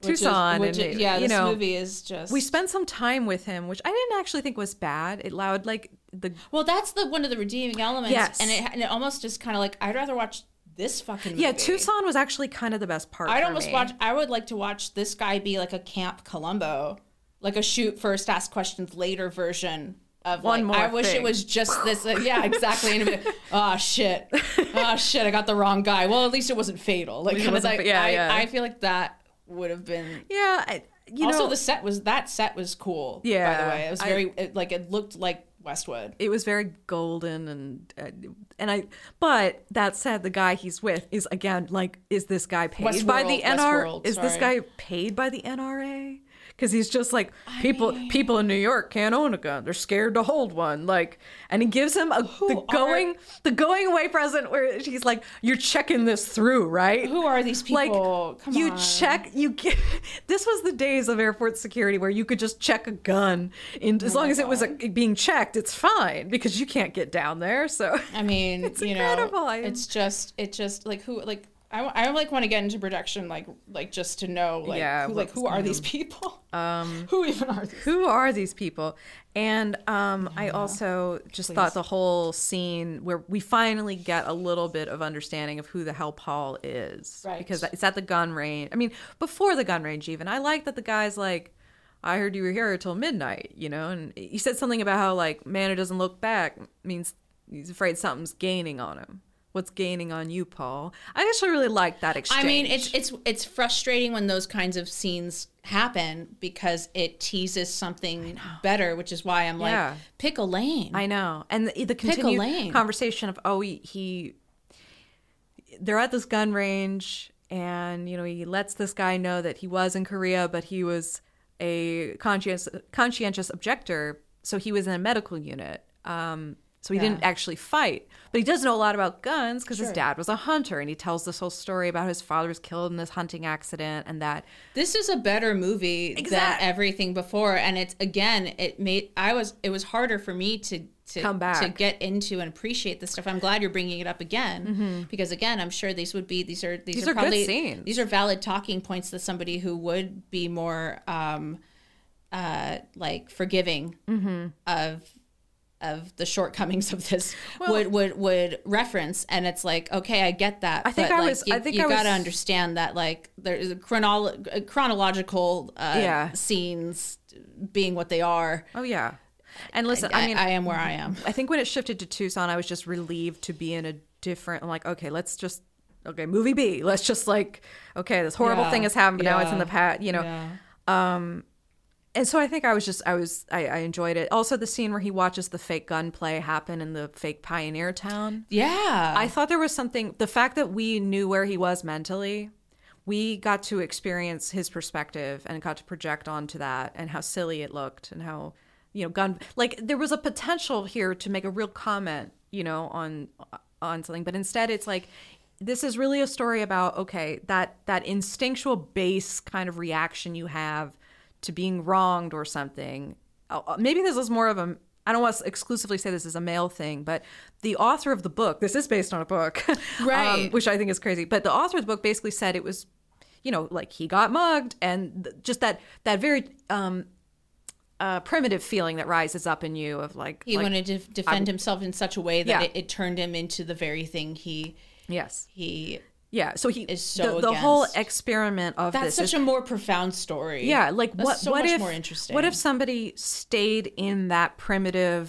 Speaker 3: Which is-
Speaker 1: Tucson,
Speaker 3: which
Speaker 1: and
Speaker 3: is- yeah,
Speaker 1: you
Speaker 3: this
Speaker 1: know,
Speaker 3: movie is just.
Speaker 1: we spent some time with him, which I didn't actually think was bad. It allowed like the
Speaker 3: well, that's the one of the redeeming elements,
Speaker 1: Yes.
Speaker 3: and it and it almost is kind of like I'd rather watch this fucking.
Speaker 1: yeah
Speaker 3: movie.
Speaker 1: Tucson was actually kind of the best part.
Speaker 3: I'd
Speaker 1: for
Speaker 3: almost
Speaker 1: me.
Speaker 3: watch. I would like to watch this guy be like a Camp Columbo, like a shoot first, ask questions later version of
Speaker 1: One
Speaker 3: like,
Speaker 1: more
Speaker 3: I wish it
Speaker 1: thing.
Speaker 3: was just this. like, yeah, exactly. And it'd be, oh shit, oh shit, I got the wrong guy. Well, at least it wasn't fatal. Like,
Speaker 1: least it
Speaker 3: kinda
Speaker 1: wasn't
Speaker 3: like,
Speaker 1: fa- yeah,
Speaker 3: I,
Speaker 1: yeah.
Speaker 3: I feel like that would have been.
Speaker 1: Yeah, I, you
Speaker 3: also,
Speaker 1: know,
Speaker 3: the set was that set was cool. by
Speaker 1: Yeah,
Speaker 3: the way, it was
Speaker 1: I-
Speaker 3: very it, like it looked like Westwood.
Speaker 1: it was very golden and uh, and I. But that said, the guy he's with is again like, is this guy paid by the
Speaker 3: Westworld,
Speaker 1: NRA?
Speaker 3: Westworld,
Speaker 1: is this
Speaker 3: sorry.
Speaker 1: guy paid by the NRA? Because he's just like people. people in New York can't own a gun; they're scared to hold one. Like, and he gives him a the
Speaker 3: are-
Speaker 1: going the going away present where he's like, "You're checking this through, right?
Speaker 3: Who are these people?
Speaker 1: Like,
Speaker 3: Come
Speaker 1: you
Speaker 3: on.
Speaker 1: check you get, this was the days of airport security where you could just check a gun and
Speaker 3: Oh
Speaker 1: as long as it was a, being checked it's fine because you can't get down there so
Speaker 3: I mean,
Speaker 1: It's
Speaker 3: you
Speaker 1: incredible.
Speaker 3: know,
Speaker 1: I am-
Speaker 3: it's just, it just like who, like I, wa- I like want to get into production, like, like just to know, like,
Speaker 1: Yeah,
Speaker 3: who, like who
Speaker 1: what's
Speaker 3: are these people? Um, who even are these?
Speaker 1: who are these people and um, i also just thought the whole scene where we finally get a little bit of understanding of who the hell paul is
Speaker 3: Right.
Speaker 1: because it's at the gun range i mean before the gun range even i like that the guy's like i heard you were here till midnight you know and he said something about how like man who doesn't look back means he's afraid something's gaining on him what's gaining on you paul i actually really like that exchange
Speaker 3: I mean, it's it's it's frustrating when those kinds of scenes happen because it teases something better, which is why I'm
Speaker 1: Yeah.
Speaker 3: like, pick a lane.
Speaker 1: I know. And the, the
Speaker 3: Pick a lane.
Speaker 1: continued conversation of oh he, he they're at this gun range and you know he lets this guy know that he was in Korea but he was a conscientious conscientious objector so he was in a medical unit. Um so he didn't actually fight, but he does know a lot about guns because his dad was a hunter, and he tells this whole story about how his father was killed in this hunting accident, and that
Speaker 3: this is a better movie
Speaker 1: Exact-
Speaker 3: than everything before and it's again it made i was it was harder for me to to
Speaker 1: Come back.
Speaker 3: to get into and appreciate this stuff i'm glad you're bringing it up again because again i'm sure these would be these are these,
Speaker 1: Mm-hmm. These
Speaker 3: are,
Speaker 1: are good
Speaker 3: probably
Speaker 1: scenes.
Speaker 3: these are valid talking points to somebody who would be more um uh like forgiving
Speaker 1: Mm-hmm.
Speaker 3: of of the shortcomings of this would would would reference and it's like okay i get that i
Speaker 1: think
Speaker 3: but
Speaker 1: I
Speaker 3: like,
Speaker 1: was-
Speaker 3: you,
Speaker 1: I think
Speaker 3: you
Speaker 1: I was-
Speaker 3: gotta understand that like there is a chronolo- a chronological uh,
Speaker 1: Yeah.
Speaker 3: scenes being what they are
Speaker 1: oh yeah, and listen,
Speaker 3: I,
Speaker 1: I mean,
Speaker 3: I am where i am
Speaker 1: I think when it shifted to Tucson, I was just relieved to be in a different. I'm like, okay, let's just okay, movie B. Let's just like, okay, this horrible
Speaker 3: Yeah.
Speaker 1: thing has happened, but now it's in
Speaker 3: Yeah.
Speaker 1: the past, you know. And so I think I was just I was I, I enjoyed it. Also, the scene where he watches the fake gunplay happen in the fake pioneer town.
Speaker 3: yeah
Speaker 1: I thought there was something. The fact that we knew where he was mentally. we got to experience his perspective and got to project onto that and how silly it looked and how you know gun like there was a potential here to make a real comment you know on on something but instead it's like this is really a story about okay that that instinctual base kind of reaction you have to being wronged or something Uh, maybe this is more of a I don't want to exclusively say this is a male thing, but the author of the book, this is based on a book, um,
Speaker 4: Right.
Speaker 1: which I think is crazy. But the author of the book basically said it was, you know, like he got mugged, and th- just that that very um, uh, primitive feeling that rises up in you of like,
Speaker 3: He
Speaker 1: like-
Speaker 3: wanted to def- defend himself in such a way that
Speaker 1: Yeah.
Speaker 3: it, it turned him into the very thing he
Speaker 1: yes,
Speaker 3: he.
Speaker 1: yeah. So he
Speaker 3: Is so
Speaker 1: the, the whole
Speaker 3: against-
Speaker 1: experiment of
Speaker 3: That's
Speaker 1: this
Speaker 3: such
Speaker 1: is
Speaker 3: a more profound story.
Speaker 1: Yeah, like
Speaker 3: That's
Speaker 1: what?
Speaker 3: So
Speaker 1: what
Speaker 3: much
Speaker 1: if?
Speaker 3: more interesting.
Speaker 1: What if somebody stayed in that primitive,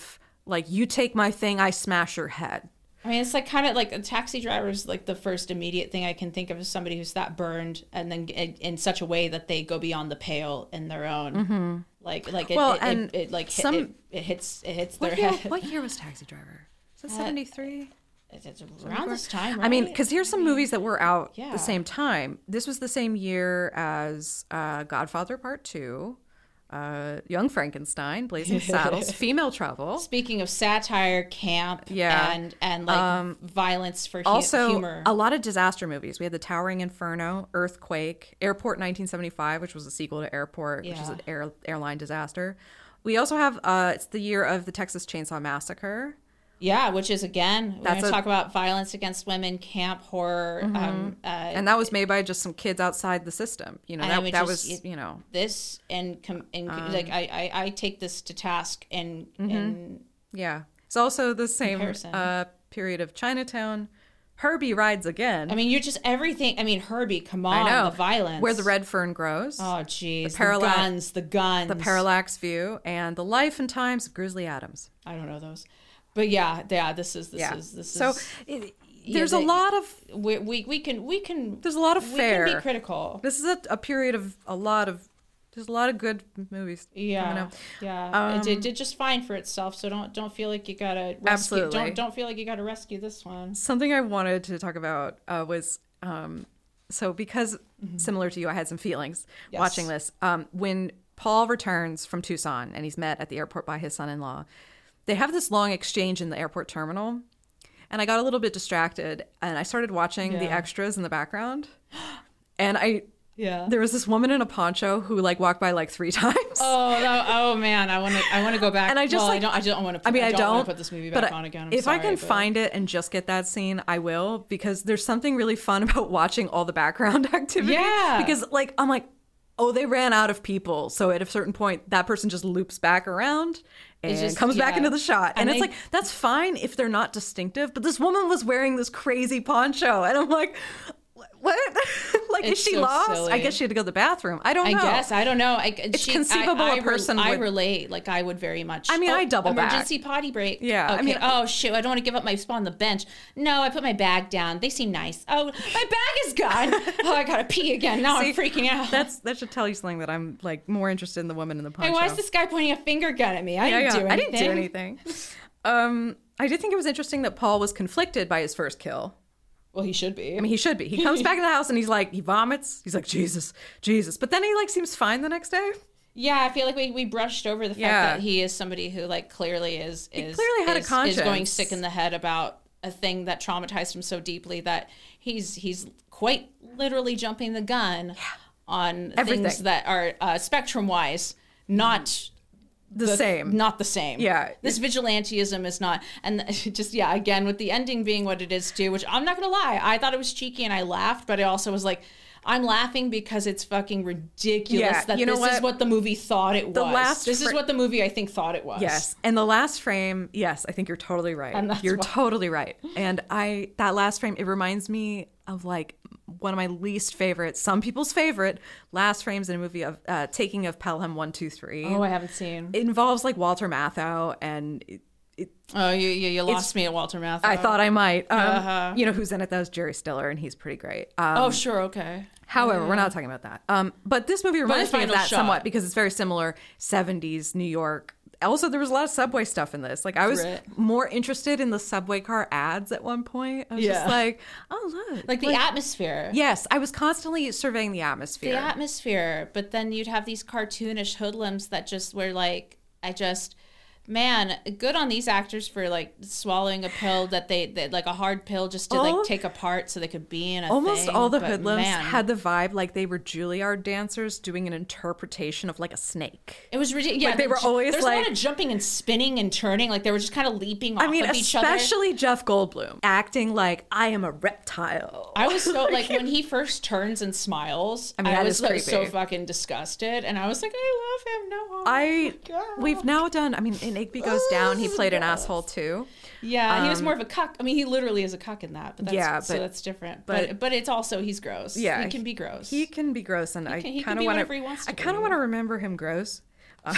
Speaker 1: like you take my thing, I smash your head.
Speaker 3: I mean, it's like kind of like a taxi driver is like the first immediate thing I can think of is somebody who's that burned and then in, in such a way that they go beyond the pale in their own. Like, like it,
Speaker 1: Mm-hmm. Well,
Speaker 3: it,
Speaker 1: and
Speaker 3: it, it like hit,
Speaker 1: some-
Speaker 3: it, it hits it hits
Speaker 1: What
Speaker 3: their
Speaker 1: year,
Speaker 3: head.
Speaker 1: what year was Taxi Driver? Is it seventy three?
Speaker 3: It's around this time.
Speaker 1: I mean,
Speaker 3: right?
Speaker 1: because here's some movies that were out
Speaker 3: Yeah.
Speaker 1: the same time. This was the same year as uh, Godfather Part Two, uh, Young Frankenstein, Blazing Saddles, Female Trouble.
Speaker 3: speaking of satire, camp,
Speaker 1: Yeah. Um,
Speaker 3: and and like violence for hu-
Speaker 1: also
Speaker 3: humor.
Speaker 1: a lot of disaster movies. We had The Towering Inferno, Earthquake, Airport 1975, which was a sequel to Airport, which is
Speaker 3: Yeah.
Speaker 1: an air, airline disaster. We also have uh, it's the year of the Texas Chainsaw Massacre.
Speaker 3: yeah, which is again
Speaker 1: That's
Speaker 3: we're going to
Speaker 1: a- Mm-hmm.
Speaker 3: talk about violence against women, camp horror. Um, uh,
Speaker 1: And that was made by just some kids outside the system. You know,
Speaker 3: And
Speaker 1: that,
Speaker 3: I would
Speaker 1: that
Speaker 3: just-
Speaker 1: was,
Speaker 3: it-
Speaker 1: you know,
Speaker 3: this and com- and
Speaker 1: Um.
Speaker 3: like I, I I take this to task and
Speaker 1: Mm-hmm.
Speaker 3: and
Speaker 1: yeah. It's also the same
Speaker 3: Comparison.
Speaker 1: uh, period of Chinatown. Herbie Rides Again.
Speaker 3: I mean you're just everything. I mean Herbie, come on,
Speaker 1: I know.
Speaker 3: the violence.
Speaker 1: Where the Red Fern Grows,
Speaker 3: Oh jeez, the,
Speaker 1: parallax-
Speaker 3: guns, the guns,
Speaker 1: The Parallax View, and The Life and Times of Grizzly Adams.
Speaker 3: I don't know those, but yeah, yeah. This is this
Speaker 1: Yeah.
Speaker 3: is this
Speaker 1: so
Speaker 3: is.
Speaker 1: it, there's
Speaker 3: they-
Speaker 1: a lot of
Speaker 3: We, we we can we can
Speaker 1: There's a lot of
Speaker 3: we can
Speaker 1: fair.
Speaker 3: be critical.
Speaker 1: This is a, a period of a lot of there's a lot of good movies. coming
Speaker 3: Yeah,
Speaker 1: out.
Speaker 3: yeah. it
Speaker 1: Um,
Speaker 3: did, did just fine for itself, so don't don't feel like you gotta rescue,
Speaker 1: Absolutely.
Speaker 3: Don't don't feel like you gotta rescue this one.
Speaker 1: Something I wanted to talk about uh, was um, so because similar to you, I had some feelings
Speaker 3: Mm-hmm. Yes.
Speaker 1: watching this. Um, when Paul returns from Tucson and he's met at the airport by his son-in-law, they have this long exchange in the airport terminal, and I got a little bit distracted and I started watching the
Speaker 3: Yeah.
Speaker 1: extras in the background, and I.
Speaker 3: Yeah.
Speaker 1: There was this woman in a poncho who like walked by like three times.
Speaker 3: Oh, no, oh man, I want to I want to go back.
Speaker 1: And I just,
Speaker 3: well, I
Speaker 1: like-
Speaker 3: don't I don't want to.
Speaker 1: I mean, I don't,
Speaker 3: wanna put this movie back
Speaker 1: but
Speaker 3: on again. I'm
Speaker 1: if I
Speaker 3: sorry,
Speaker 1: can
Speaker 3: but-
Speaker 1: find it and just get that scene, I will because there's something really fun about watching all the background activity.
Speaker 3: Yeah.
Speaker 1: because like I'm like, oh, they ran out of people, so at a certain point, that person just loops back around and
Speaker 3: just-
Speaker 1: comes back
Speaker 3: yeah.
Speaker 1: into the shot, and,
Speaker 3: And
Speaker 1: it's
Speaker 3: I-
Speaker 1: like that's fine if they're not distinctive. But this woman was wearing this crazy poncho, and I'm like. What? like, is
Speaker 3: It's
Speaker 1: she
Speaker 3: so
Speaker 1: lost? I
Speaker 3: silly.
Speaker 1: guess she had to go to the bathroom. I don't
Speaker 3: I
Speaker 1: know.
Speaker 3: guess I don't know. I,
Speaker 1: It's
Speaker 3: she- I-
Speaker 1: conceivable
Speaker 3: I,
Speaker 1: a person
Speaker 3: I,
Speaker 1: would-
Speaker 3: relate. Like I would very much. Oh,
Speaker 1: I mean, I double back.
Speaker 3: emergency potty break.
Speaker 1: Yeah, I
Speaker 3: Okay.
Speaker 1: mean-
Speaker 3: oh shoot! I don't want to give up my spot on the bench. No, I put my bag down. They seem nice. Oh, my bag is gone. oh, I gotta pee again. Now
Speaker 1: See,
Speaker 3: I'm freaking out.
Speaker 1: That's that should tell you something that I'm like more interested in the woman in the poncho.
Speaker 3: Hey, why is this guy pointing a finger gun at me? I
Speaker 1: Yeah,
Speaker 3: didn't do
Speaker 1: yeah.
Speaker 3: anything.
Speaker 1: I didn't do anything. Um, I did think it was interesting that Paul was conflicted by his first kill.
Speaker 3: Well, he should be.
Speaker 1: I mean, he should be. He comes back in the house and he's like, he vomits. He's like, Jesus, Jesus. But then he like seems fine the next day.
Speaker 3: yeah, I feel like we, we brushed over the fact
Speaker 1: Yeah.
Speaker 3: that he is somebody who like clearly is is
Speaker 1: clearly had a
Speaker 3: is, is going
Speaker 1: conscience.
Speaker 3: sick in the head about a thing that traumatized him so deeply that he's he's quite literally jumping the gun on things
Speaker 1: Everything. Mm-hmm.
Speaker 3: that are uh, spectrum wise not
Speaker 1: The, same.
Speaker 3: not the same.
Speaker 1: Yeah.
Speaker 3: This vigilanteism is not, and just, yeah, again, with the ending being what it is too, which I'm not going to lie. I thought it was cheeky and I laughed, but I also was like, I'm laughing because it's fucking ridiculous
Speaker 1: Yeah,
Speaker 3: that
Speaker 1: you know
Speaker 3: this is
Speaker 1: what?
Speaker 3: what the movie thought it
Speaker 1: The
Speaker 3: was.
Speaker 1: last
Speaker 3: this is
Speaker 1: fr-
Speaker 3: what the movie I think thought it was.
Speaker 1: Yes. And the last frame, yes, I think you're totally right.
Speaker 3: And that's
Speaker 1: you're
Speaker 3: why-
Speaker 1: totally right. And I that last frame, it reminds me of like one of my least favorite, some people's favorite, last frames in a movie of uh, Taking of Pelham One Two Three.
Speaker 3: Oh, I haven't seen.
Speaker 1: It involves like Walter Matthau and it, it,
Speaker 3: oh, you, you, you lost me at Walter Matthau.
Speaker 1: I thought I might. Um,
Speaker 3: Uh-huh.
Speaker 1: You know who's in it? That was Jerry Stiller, and he's pretty great. Um,
Speaker 3: Oh, sure, okay.
Speaker 1: However, we're not talking about that. Um, but this movie reminds me of
Speaker 3: final
Speaker 1: that
Speaker 3: shot.
Speaker 1: somewhat because it's very similar 70s New York. also there was a lot of subway stuff in this. Like I was
Speaker 3: Right.
Speaker 1: more interested in the subway car ads at one point. I was
Speaker 3: Yeah.
Speaker 1: just like, oh look.
Speaker 3: like the atmosphere.
Speaker 1: yes, I was constantly surveying the atmosphere.
Speaker 3: the atmosphere. But then you'd have these cartoonish hoodlums that just were like, I just, man, good on these actors for like swallowing a pill that they, that, like a hard pill just to
Speaker 1: Oh.
Speaker 3: like take apart so they could be in a
Speaker 1: Almost
Speaker 3: thing.
Speaker 1: all the
Speaker 3: But,
Speaker 1: hoodlums
Speaker 3: man,
Speaker 1: had the vibe like they were Juilliard dancers doing an interpretation of like a snake.
Speaker 3: It was ridiculous. Yeah,
Speaker 1: they were always,
Speaker 3: there's a
Speaker 1: like-
Speaker 3: lot of jumping and spinning and turning. Like they were just kind of leaping. Off
Speaker 1: I mean,
Speaker 3: of each other.
Speaker 1: especially Jeff Goldblum acting like I am a reptile.
Speaker 3: I was so like when he first turns and smiles. I
Speaker 1: mean, that
Speaker 3: was
Speaker 1: is
Speaker 3: like,
Speaker 1: creepy.
Speaker 3: so fucking disgusted, and I was like, I love him. No, oh
Speaker 1: I
Speaker 3: God. Oh,
Speaker 1: we've now done. I mean, in Igby E Goes Down, he played an asshole too.
Speaker 3: Yeah, he was more of a cuck. I mean, he literally is a cuck in that, but that's,
Speaker 1: Um, Yeah,
Speaker 3: so
Speaker 1: but-
Speaker 3: that's different. But,
Speaker 1: but-
Speaker 3: but it's also he's gross.
Speaker 1: Yeah,
Speaker 3: he can be gross.
Speaker 1: He can be gross, and I
Speaker 3: can- he can
Speaker 1: kind of
Speaker 3: be
Speaker 1: want
Speaker 3: whatever he wants
Speaker 1: to.
Speaker 3: to
Speaker 1: I kind of
Speaker 3: be.
Speaker 1: want to remember him gross. Uh,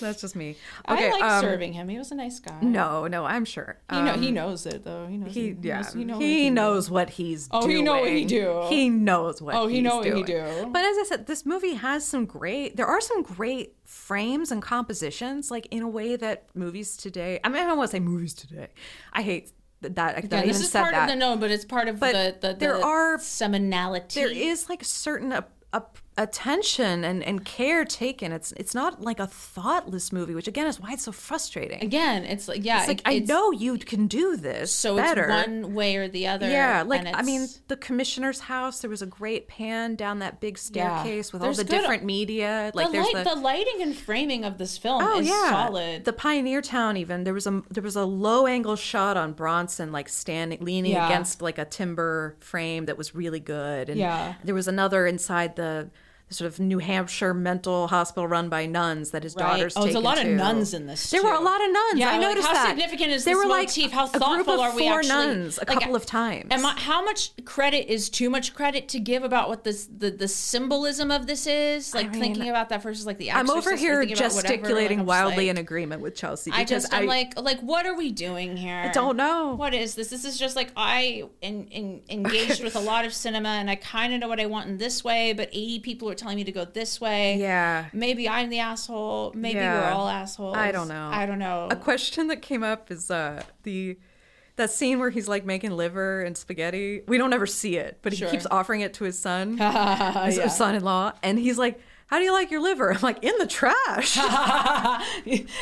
Speaker 1: that's just me.
Speaker 3: I
Speaker 1: Okay,
Speaker 3: like
Speaker 1: um,
Speaker 3: serving him. He was a nice guy.
Speaker 1: No, no, I'm sure.
Speaker 3: you know,
Speaker 1: Um,
Speaker 3: he knows it though. He knows.
Speaker 1: he,
Speaker 3: knows-
Speaker 1: yeah,
Speaker 3: you know
Speaker 1: he
Speaker 3: can do.
Speaker 1: knows what he's
Speaker 3: Oh,
Speaker 1: doing.
Speaker 3: he know what he do.
Speaker 1: He knows what.
Speaker 3: Oh, he
Speaker 1: he's
Speaker 3: know what he
Speaker 1: doing.
Speaker 3: do.
Speaker 1: But as I said, this movie has some great. There are some great frames and compositions, like in a way that movies today. I mean, I don't want to say movies today. I hate that. that
Speaker 3: Yeah,
Speaker 1: I even
Speaker 3: this is
Speaker 1: said
Speaker 3: part
Speaker 1: that.
Speaker 3: of the no, but it's part of
Speaker 1: But
Speaker 3: the, the
Speaker 1: there
Speaker 3: the
Speaker 1: are-
Speaker 3: seminality.
Speaker 1: there is like certain a, a, attention and, and care taken. It's it's not like a thoughtless movie, which again is why it's so frustrating.
Speaker 3: again. It's like yeah,
Speaker 1: It's like
Speaker 3: it-
Speaker 1: I know you can do this
Speaker 3: so
Speaker 1: better.
Speaker 3: it's one way or the other.
Speaker 1: yeah, like
Speaker 3: and
Speaker 1: I mean,
Speaker 3: it's-
Speaker 1: the commissioner's house. There was a great pan down that big
Speaker 3: Yeah.
Speaker 1: staircase with
Speaker 3: There's
Speaker 1: all the
Speaker 3: good-
Speaker 1: different media. Like
Speaker 3: the,
Speaker 1: there's Oh,
Speaker 3: light, the lighting and framing of this film is solid.
Speaker 1: The Pioneer Town even there was a there was a low angle shot on Bronson like standing leaning
Speaker 3: Yeah.
Speaker 1: against like a timber frame that was really good. And
Speaker 3: Yeah.
Speaker 1: there was another inside the sort of New Hampshire mental hospital run by nuns that his
Speaker 3: Right.
Speaker 1: daughter's
Speaker 3: Oh, there's a
Speaker 1: taken
Speaker 3: lot of
Speaker 1: to.
Speaker 3: nuns in this,
Speaker 1: There were a
Speaker 3: too.
Speaker 1: lot of nuns.
Speaker 3: Yeah,
Speaker 1: I
Speaker 3: like,
Speaker 1: noticed
Speaker 3: how
Speaker 1: that.
Speaker 3: significant is
Speaker 1: there
Speaker 3: this
Speaker 1: were like
Speaker 3: motif? How
Speaker 1: a group
Speaker 3: thoughtful
Speaker 1: of
Speaker 3: are we
Speaker 1: four
Speaker 3: actually-
Speaker 1: nuns a
Speaker 3: like,
Speaker 1: couple of times.
Speaker 3: Am I, how much credit is too much credit to give about what this the, the symbolism of this is? Like
Speaker 1: mean,
Speaker 3: thinking about that versus like the.
Speaker 1: I'm
Speaker 3: Exorcist
Speaker 1: over
Speaker 3: or
Speaker 1: here
Speaker 3: thinking about whatever,
Speaker 1: gesticulating
Speaker 3: like, I'm just
Speaker 1: wildly
Speaker 3: like-
Speaker 1: in agreement with Chelsea because
Speaker 3: I just I'm like like what are we doing here? I
Speaker 1: don't know.
Speaker 3: What is this? This is just like I in, in, engaged with a lot of cinema and I kind of know what I want in this way, but 80 people are telling me to go this way.
Speaker 1: yeah.
Speaker 3: Maybe I'm the asshole. Maybe
Speaker 1: Yeah.
Speaker 3: we're all assholes.
Speaker 1: I don't know.
Speaker 3: I don't know.
Speaker 1: a question that came up is uh the that scene where he's like making liver and spaghetti. We don't ever see it, but he
Speaker 3: Sure.
Speaker 1: keeps offering it to his son, his son-in-law, and he's like, "How do you like your liver?" I'm like, "In the trash."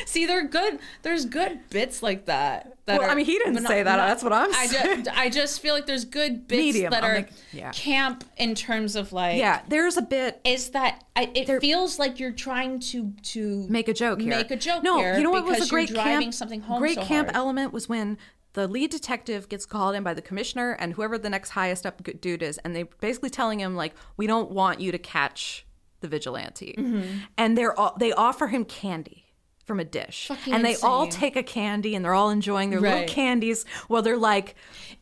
Speaker 3: See, they're good. There's good bits like that. that
Speaker 1: Well, I mean, he didn't
Speaker 3: but
Speaker 1: say that. That's what I'm
Speaker 3: I ju-
Speaker 1: saying.
Speaker 3: I just feel like there's good bits
Speaker 1: Medium.
Speaker 3: that
Speaker 1: I'm
Speaker 3: are
Speaker 1: like- yeah.
Speaker 3: camp in terms of like.
Speaker 1: yeah, there's a bit
Speaker 3: Is that I, it
Speaker 1: They're-
Speaker 3: feels like you're trying to to
Speaker 1: make a joke here.
Speaker 3: Make a joke.
Speaker 1: No,
Speaker 3: here
Speaker 1: you know what was
Speaker 3: because
Speaker 1: a great
Speaker 3: you're driving
Speaker 1: camp
Speaker 3: Something home
Speaker 1: great
Speaker 3: so
Speaker 1: camp
Speaker 3: hard.
Speaker 1: element was when the lead detective gets called in by the commissioner and whoever the next highest up good dude is, and they basically telling him like, "We don't want you to catch the vigilante,"
Speaker 3: Mm-hmm.
Speaker 1: and they're all, they offer him candy. From a dish,
Speaker 3: Fucking
Speaker 1: and they all
Speaker 3: insane.
Speaker 1: take a candy, and they're all enjoying their
Speaker 3: Right.
Speaker 1: little candies while they're like,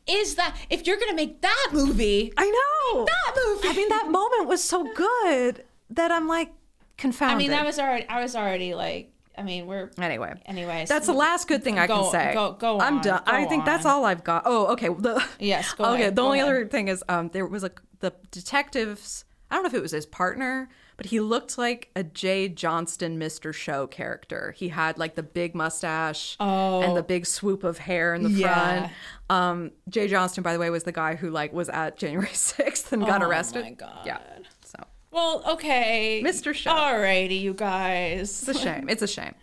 Speaker 3: Is that if you're gonna make that movie?
Speaker 1: "I know
Speaker 3: That movie.
Speaker 1: I mean, that moment was so good that I'm like confounded.
Speaker 3: I mean, that was already. I was already like. I mean, we're
Speaker 1: Anyway.
Speaker 3: Anyways,
Speaker 1: That's the last good thing I
Speaker 3: Go-
Speaker 1: can say.
Speaker 3: go- go
Speaker 1: I'm
Speaker 3: on,
Speaker 1: done. I
Speaker 3: go
Speaker 1: think that's
Speaker 3: on.
Speaker 1: all I've got. Oh, okay. The,
Speaker 3: Yes, go
Speaker 1: Okay.
Speaker 3: ahead,
Speaker 1: The
Speaker 3: go
Speaker 1: only
Speaker 3: ahead.
Speaker 1: other thing is, um, there was a the detectives. I don't know if it was his partner, but he looked like a Jay Johnston Mr. Show character. He had like the big mustache and the big swoop of hair in the
Speaker 3: Oh. Yeah.
Speaker 1: front. Um, Jay Johnston, by the way, was the guy who like was at January 6th and got arrested.
Speaker 3: Oh my God.
Speaker 1: Yeah. So
Speaker 3: Well, okay,
Speaker 1: Mr. Show.
Speaker 3: Alrighty, you guys.
Speaker 1: it's a shame. It's a shame.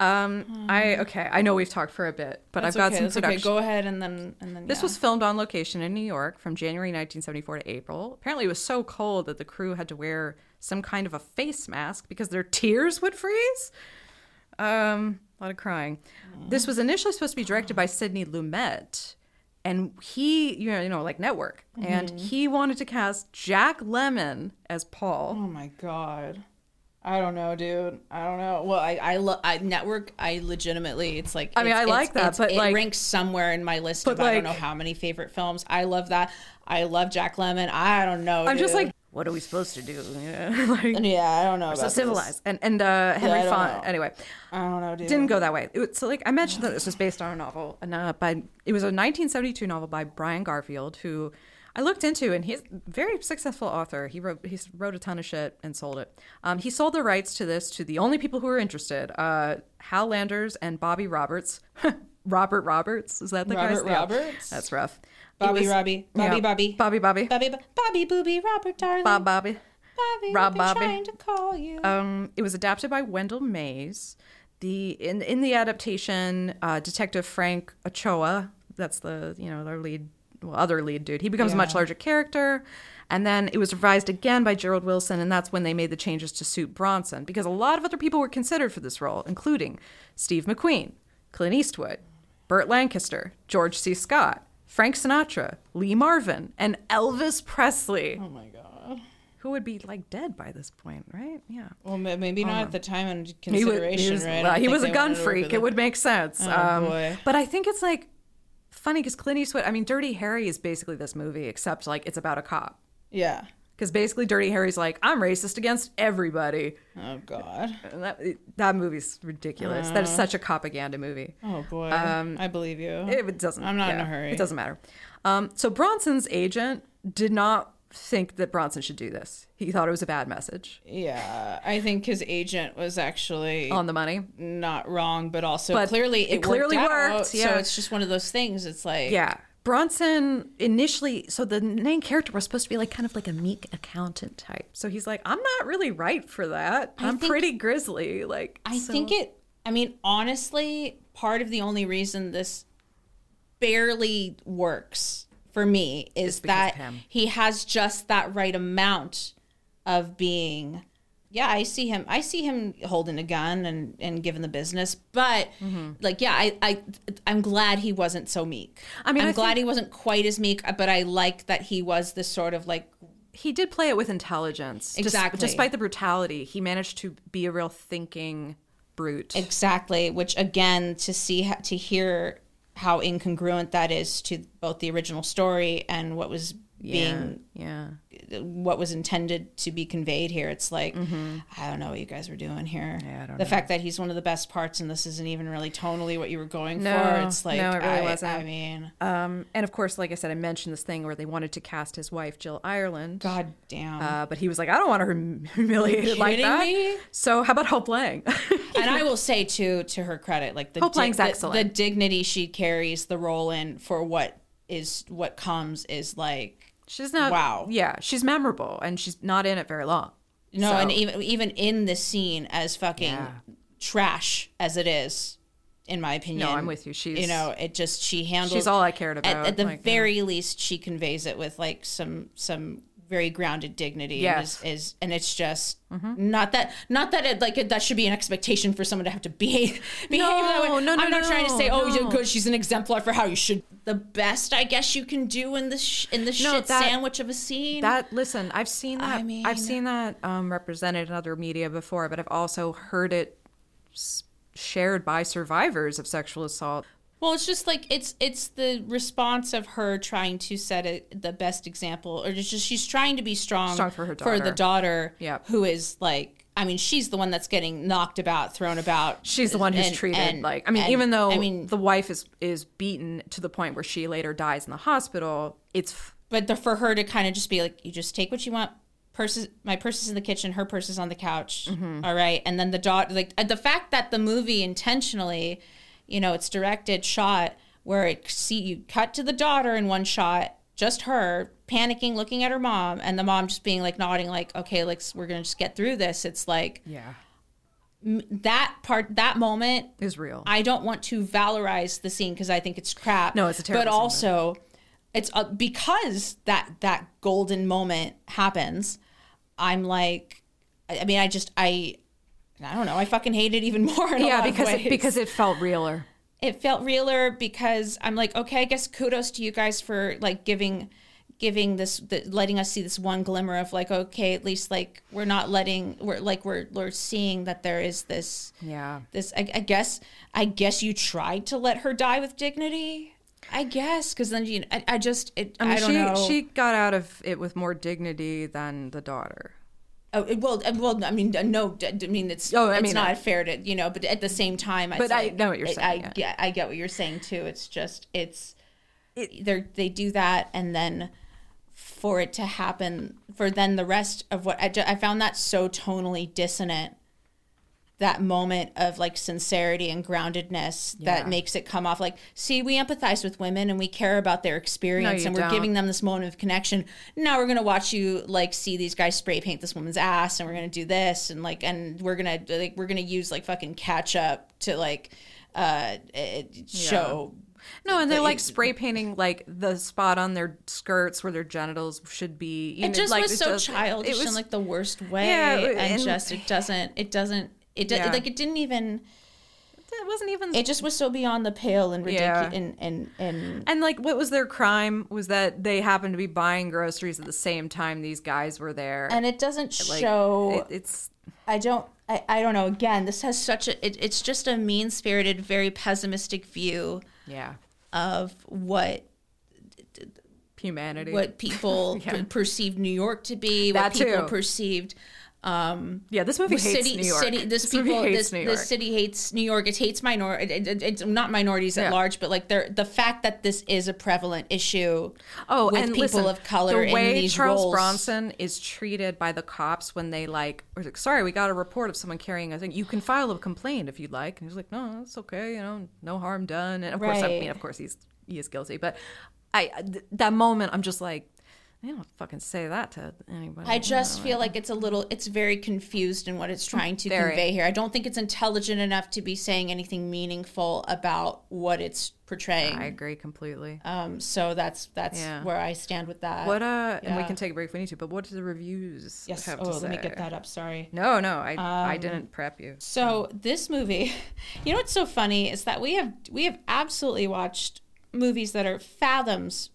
Speaker 1: Um, I okay. I know we've talked for a bit, but I've got
Speaker 3: okay,
Speaker 1: some
Speaker 3: that's
Speaker 1: production.
Speaker 3: Okay, go ahead and then and then
Speaker 1: This
Speaker 3: yeah.
Speaker 1: was filmed on location in New York from January 1974 to April. Apparently, it was so cold that the crew had to wear some kind of a face mask because their tears would freeze. Um, a lot of crying. This was initially supposed to be directed by Sidney Lumet, and he, you know, you know like Network,
Speaker 3: Mm-hmm.
Speaker 1: and he wanted to cast Jack Lemon as Paul.
Speaker 3: Oh my god. I don't know, dude. I don't know. Well, I I, lo- I network. I legitimately, it's like
Speaker 1: I mean,
Speaker 3: it's-
Speaker 1: I like
Speaker 3: it's-
Speaker 1: that,
Speaker 3: it's-
Speaker 1: but,
Speaker 3: it
Speaker 1: like-
Speaker 3: ranks somewhere in my list
Speaker 1: but,
Speaker 3: of I don't know
Speaker 1: like-
Speaker 3: how many favorite films. I love that. I love Jack Lemmon. I don't know.
Speaker 1: I'm just
Speaker 3: dude.
Speaker 1: like, what are we supposed to do? Yeah, like,
Speaker 3: yeah, I don't know.
Speaker 1: so
Speaker 3: about this.
Speaker 1: civilized. And and uh, Henry
Speaker 3: I don't
Speaker 1: Fon.
Speaker 3: know.
Speaker 1: Anyway.
Speaker 3: I don't know, dude.
Speaker 1: didn't go that way. It was, so, like I mentioned that this was based on a novel, and uh, by it was a 1972 novel by Brian Garfield, who I looked into, and he's a very successful author. He wrote he wrote a ton of shit and sold it. Um, he sold the rights to this to the only people who were interested: uh, Hal Landers and Bobby Roberts. Robert Roberts is that the
Speaker 3: Robert
Speaker 1: guy? Yeah.
Speaker 3: Roberts?
Speaker 1: That's rough. He
Speaker 3: Bobby,
Speaker 1: was-
Speaker 3: Robbie, Bobby,
Speaker 1: yeah.
Speaker 3: Bobby,
Speaker 1: Bobby, Bobby,
Speaker 3: Bobby, Bo- Bobby, Booby, Robert, darling,
Speaker 1: Bob, Bobby.
Speaker 3: Bobby,
Speaker 1: Rob
Speaker 3: I've been
Speaker 1: Bobby.
Speaker 3: trying to call you.
Speaker 1: Um, it was adapted by Wendell Mays. The in in the adaptation, uh, Detective Frank Ochoa, that's the you know our lead, well, other lead dude. He becomes a much
Speaker 3: Yeah.
Speaker 1: larger character, and then it was revised again by Gerald Wilson, and that's when they made the changes to suit Bronson because a lot of other people were considered for this role, including Steve McQueen, Clint Eastwood, Burt Lancaster, George C. Scott, Frank Sinatra, Lee Marvin, and Elvis Presley,
Speaker 3: oh my god.
Speaker 1: who would be like dead by this point, right? Yeah.
Speaker 3: Well, ma- maybe not at the time and
Speaker 1: He wa-
Speaker 3: consideration,
Speaker 1: he was,
Speaker 3: right? I
Speaker 1: uh,
Speaker 3: don't
Speaker 1: he
Speaker 3: think
Speaker 1: was a
Speaker 3: they
Speaker 1: gun
Speaker 3: wanted to work
Speaker 1: freak.
Speaker 3: with
Speaker 1: It
Speaker 3: him.
Speaker 1: would make sense.
Speaker 3: Oh,
Speaker 1: um,
Speaker 3: boy.
Speaker 1: But I think it's like funny because Clint Eastwood. I mean, Dirty Harry is basically this movie, except like it's about a cop.
Speaker 3: Yeah.
Speaker 1: Because basically, Dirty Harry's like, I'm racist against everybody.
Speaker 3: Oh god.
Speaker 1: And that that movie's ridiculous. that is such a propaganda movie.
Speaker 3: Uh-huh. Oh boy. I believe you.
Speaker 1: Um, It, it doesn't.
Speaker 3: I'm not in a
Speaker 1: yeah,
Speaker 3: hurry.
Speaker 1: It doesn't matter. Um, so Bronson's agent did not think that Bronson should do this. He thought it was a bad message
Speaker 3: yeah, I think his agent was actually
Speaker 1: on the money.
Speaker 3: not wrong, but also
Speaker 1: Oh. But
Speaker 3: clearly
Speaker 1: it
Speaker 3: it,
Speaker 1: clearly
Speaker 3: worked.
Speaker 1: worked,
Speaker 3: out,
Speaker 1: yeah.
Speaker 3: So it's just one of those things. It's like
Speaker 1: Yeah. Bronson initially, so the main character was supposed to be like kind of like a meek accountant type. So he's like, I'm not really right for that. I'm
Speaker 3: think-
Speaker 1: pretty grisly. Like,
Speaker 3: I
Speaker 1: so-
Speaker 3: think it. I mean, honestly, part of the only reason this barely works for me
Speaker 1: because
Speaker 3: is
Speaker 1: of
Speaker 3: that
Speaker 1: him.
Speaker 3: he has just that right amount of being. Yeah, I see him. I see him holding a gun and and giving the business, but
Speaker 1: Mm-hmm.
Speaker 3: like, yeah, I I I'm glad he wasn't so meek.
Speaker 1: I mean,
Speaker 3: I'm
Speaker 1: I
Speaker 3: glad
Speaker 1: think-
Speaker 3: he wasn't quite as meek, but I like that he was this sort of like
Speaker 1: he did play it with intelligence. Des-
Speaker 3: Exactly.
Speaker 1: despite the brutality, he managed to be a real thinking brute.
Speaker 3: Exactly, which again to see ho- to hear how incongruent that is to both the original story and what was
Speaker 1: yeah.
Speaker 3: being
Speaker 1: Yeah.
Speaker 3: what was intended to be conveyed here. It's like I don't know what you guys were doing here.
Speaker 1: Mm-hmm. I don't
Speaker 3: the fact that he's one of the best parts and this isn't even really tonally what you were going
Speaker 1: No,
Speaker 3: for. It's like
Speaker 1: no, it really
Speaker 3: I,
Speaker 1: wasn't.
Speaker 3: I mean,
Speaker 1: Um, and of course, like I said, I mentioned this thing where they wanted to cast his wife, Jill Ireland.
Speaker 3: god damn.
Speaker 1: Uh, but he was like, I don't want her hum- humiliated like
Speaker 3: kidding
Speaker 1: that.
Speaker 3: me?
Speaker 1: So how about Hope Lang?
Speaker 3: and I will say too, to her credit, like the,
Speaker 1: Hope Lang's
Speaker 3: the,
Speaker 1: excellent.
Speaker 3: the dignity she carries the role in for what is what comes is like
Speaker 1: She's not.
Speaker 3: Wow.
Speaker 1: Yeah, she's memorable, and she's not in it very long.
Speaker 3: No,
Speaker 1: So-
Speaker 3: and even even in this scene, as fucking
Speaker 1: Yeah.
Speaker 3: trash as it is, in my opinion.
Speaker 1: No, I'm with you. She's-
Speaker 3: you know, it just she handles.
Speaker 1: She's all I cared
Speaker 3: at,
Speaker 1: about.
Speaker 3: at the
Speaker 1: like,
Speaker 3: very least, she conveys it with like some some very grounded dignity.
Speaker 1: Yes. Mm-hmm.
Speaker 3: and is, is and it's just not that not that it like it, that should be an expectation for someone to have to behave behave that way.
Speaker 1: No, no, no,
Speaker 3: I'm not trying to
Speaker 1: no,
Speaker 3: say oh
Speaker 1: no.
Speaker 3: you're good. She's an exemplar for how you should. The best I guess you can do in this sh- in this
Speaker 1: No,
Speaker 3: shit
Speaker 1: that-
Speaker 3: sandwich of a scene.
Speaker 1: That listen, I've seen that. I
Speaker 3: I mean-
Speaker 1: have seen that um, represented in other media before, but I've also heard it s- shared by survivors of sexual assault.
Speaker 3: Well, it's just like it's it's the response of her trying to set a, the best example, or just she's trying to be strong,
Speaker 1: Strong for her
Speaker 3: for the daughter,
Speaker 1: Yep.
Speaker 3: who is like, I mean, she's the one that's getting knocked about, thrown about.
Speaker 1: She's the one who's
Speaker 3: and-
Speaker 1: treated
Speaker 3: and-
Speaker 1: like. I mean,
Speaker 3: and-
Speaker 1: even though
Speaker 3: I mean,
Speaker 1: the wife is is beaten to the point where she later dies in the hospital, it's f-
Speaker 3: but the, for her to kind of just be like, you just take what you want. Purses, my purse is in the kitchen. Her purse is on the couch. All right, and then the daughter, like uh, the fact that the movie intentionally, you know, it's directed shot where it see you cut to the daughter in one shot, just her panicking, looking at her mom, and the mom just being like nodding, like, okay, like we're gonna just get through this. It's like
Speaker 1: yeah,
Speaker 3: that part, that moment
Speaker 1: is real.
Speaker 3: I don't want to valorize the scene because I think it's crap.
Speaker 1: No, it's a terrible
Speaker 3: But
Speaker 1: scene, but-
Speaker 3: also, it's uh, because that that golden moment happens. I'm like, I, I mean, I just I, I don't know. I fucking hate it even more. in a
Speaker 1: yeah,
Speaker 3: lot of
Speaker 1: because it,
Speaker 3: ways.
Speaker 1: because it felt realer.
Speaker 3: it felt realer. Because I'm like, okay, I guess kudos to you guys for like giving giving this the, letting us see this one glimmer of like okay at least like we're not letting we're like we're we're seeing that there is this
Speaker 1: Yeah.
Speaker 3: this I, I guess i guess you tried to let her die with dignity i guess because then you I, I just it, I,
Speaker 1: I mean,
Speaker 3: don't
Speaker 1: she
Speaker 3: know
Speaker 1: she got out of it with more dignity than the daughter.
Speaker 3: oh, it- well uh, well i mean uh, no d- d- i mean it's
Speaker 1: Oh, I
Speaker 3: it's
Speaker 1: mean,
Speaker 3: not
Speaker 1: uh,
Speaker 3: fair to you know but at the same time
Speaker 1: But
Speaker 3: it's
Speaker 1: I
Speaker 3: like-
Speaker 1: know what you're
Speaker 3: I-
Speaker 1: saying,
Speaker 3: i,
Speaker 1: yeah.
Speaker 3: get i get what you're saying too it's just it's they're they do that and then for it to happen for then the rest of what I, ju- I found that so tonally dissonant that moment of like sincerity and groundedness
Speaker 1: Yeah.
Speaker 3: that makes it come off like see we empathize with women and we care about their experience
Speaker 1: you
Speaker 3: and we're
Speaker 1: don't.
Speaker 3: giving them this moment of connection now we're going to watch you like see these guys spray paint this woman's ass and we're going to do this and like and we're going to like we're going to use like fucking catch up to like uh it- show
Speaker 1: No, and they're
Speaker 3: But
Speaker 1: like
Speaker 3: it-
Speaker 1: spray painting like the spot on their skirts where their genitals should be. You
Speaker 3: it
Speaker 1: know,
Speaker 3: just
Speaker 1: like,
Speaker 3: was
Speaker 1: it's
Speaker 3: so
Speaker 1: just-
Speaker 3: childish
Speaker 1: It was
Speaker 3: in like the worst way
Speaker 1: Yeah,
Speaker 3: and,
Speaker 1: and-
Speaker 3: just it doesn't it doesn't it do,
Speaker 1: Yeah.
Speaker 3: like it didn't even
Speaker 1: it wasn't even.
Speaker 3: it just was so beyond the pale and ridiculous
Speaker 1: Yeah.
Speaker 3: and and and
Speaker 1: and like, what was their crime? Was that they happened to be buying groceries at the same time these guys were there?
Speaker 3: and it doesn't
Speaker 1: like,
Speaker 3: show
Speaker 1: it- it's
Speaker 3: I don't. I, I don't know. Again, this has such a. It, it's just a mean spirited, very pessimistic view
Speaker 1: yeah,
Speaker 3: of what
Speaker 1: humanity.
Speaker 3: what people
Speaker 1: Yeah.
Speaker 3: per- perceived New York to be, what
Speaker 1: That
Speaker 3: people
Speaker 1: too.
Speaker 3: perceived
Speaker 1: yeah, this movie hates
Speaker 3: city,
Speaker 1: New York.
Speaker 3: city. This,
Speaker 1: this
Speaker 3: people,
Speaker 1: movie hates
Speaker 3: this,
Speaker 1: New York.
Speaker 3: this city hates New York. It hates minor. It, it- it- it's not minorities at
Speaker 1: Yeah.
Speaker 3: large, but like they're, the fact that this is a prevalent issue.
Speaker 1: Oh,
Speaker 3: with
Speaker 1: and
Speaker 3: people
Speaker 1: listen,
Speaker 3: of color
Speaker 1: The
Speaker 3: in
Speaker 1: way
Speaker 3: these
Speaker 1: Charles
Speaker 3: roles.
Speaker 1: Bronson is treated by the cops when they like, or like, sorry, we got a report of someone carrying a thing. You can file a complaint if you'd like. And he's like, no, it's okay. You know, no harm done. And of course, I
Speaker 3: Right.
Speaker 1: mean, of course, he's he is guilty. But I th- that moment, I'm just like, I don't fucking say that to anybody.
Speaker 3: I just feel like it's a little. It's very confused in what it's trying to
Speaker 1: Very.
Speaker 3: convey here. I don't think it's intelligent enough to be saying anything meaningful about what it's portraying.
Speaker 1: I agree completely.
Speaker 3: Um, so that's that's
Speaker 1: Yeah.
Speaker 3: where I stand with that.
Speaker 1: what uh? And we
Speaker 3: yeah.
Speaker 1: can take a break if we need to. But what do the reviews
Speaker 3: yes.
Speaker 1: have
Speaker 3: Oh,
Speaker 1: to
Speaker 3: let
Speaker 1: say?
Speaker 3: me get that Um, up. Sorry.
Speaker 1: No, no, I I didn't prep you.
Speaker 3: So this movie, you know what's so funny is that we have we have absolutely watched movies that are fathoms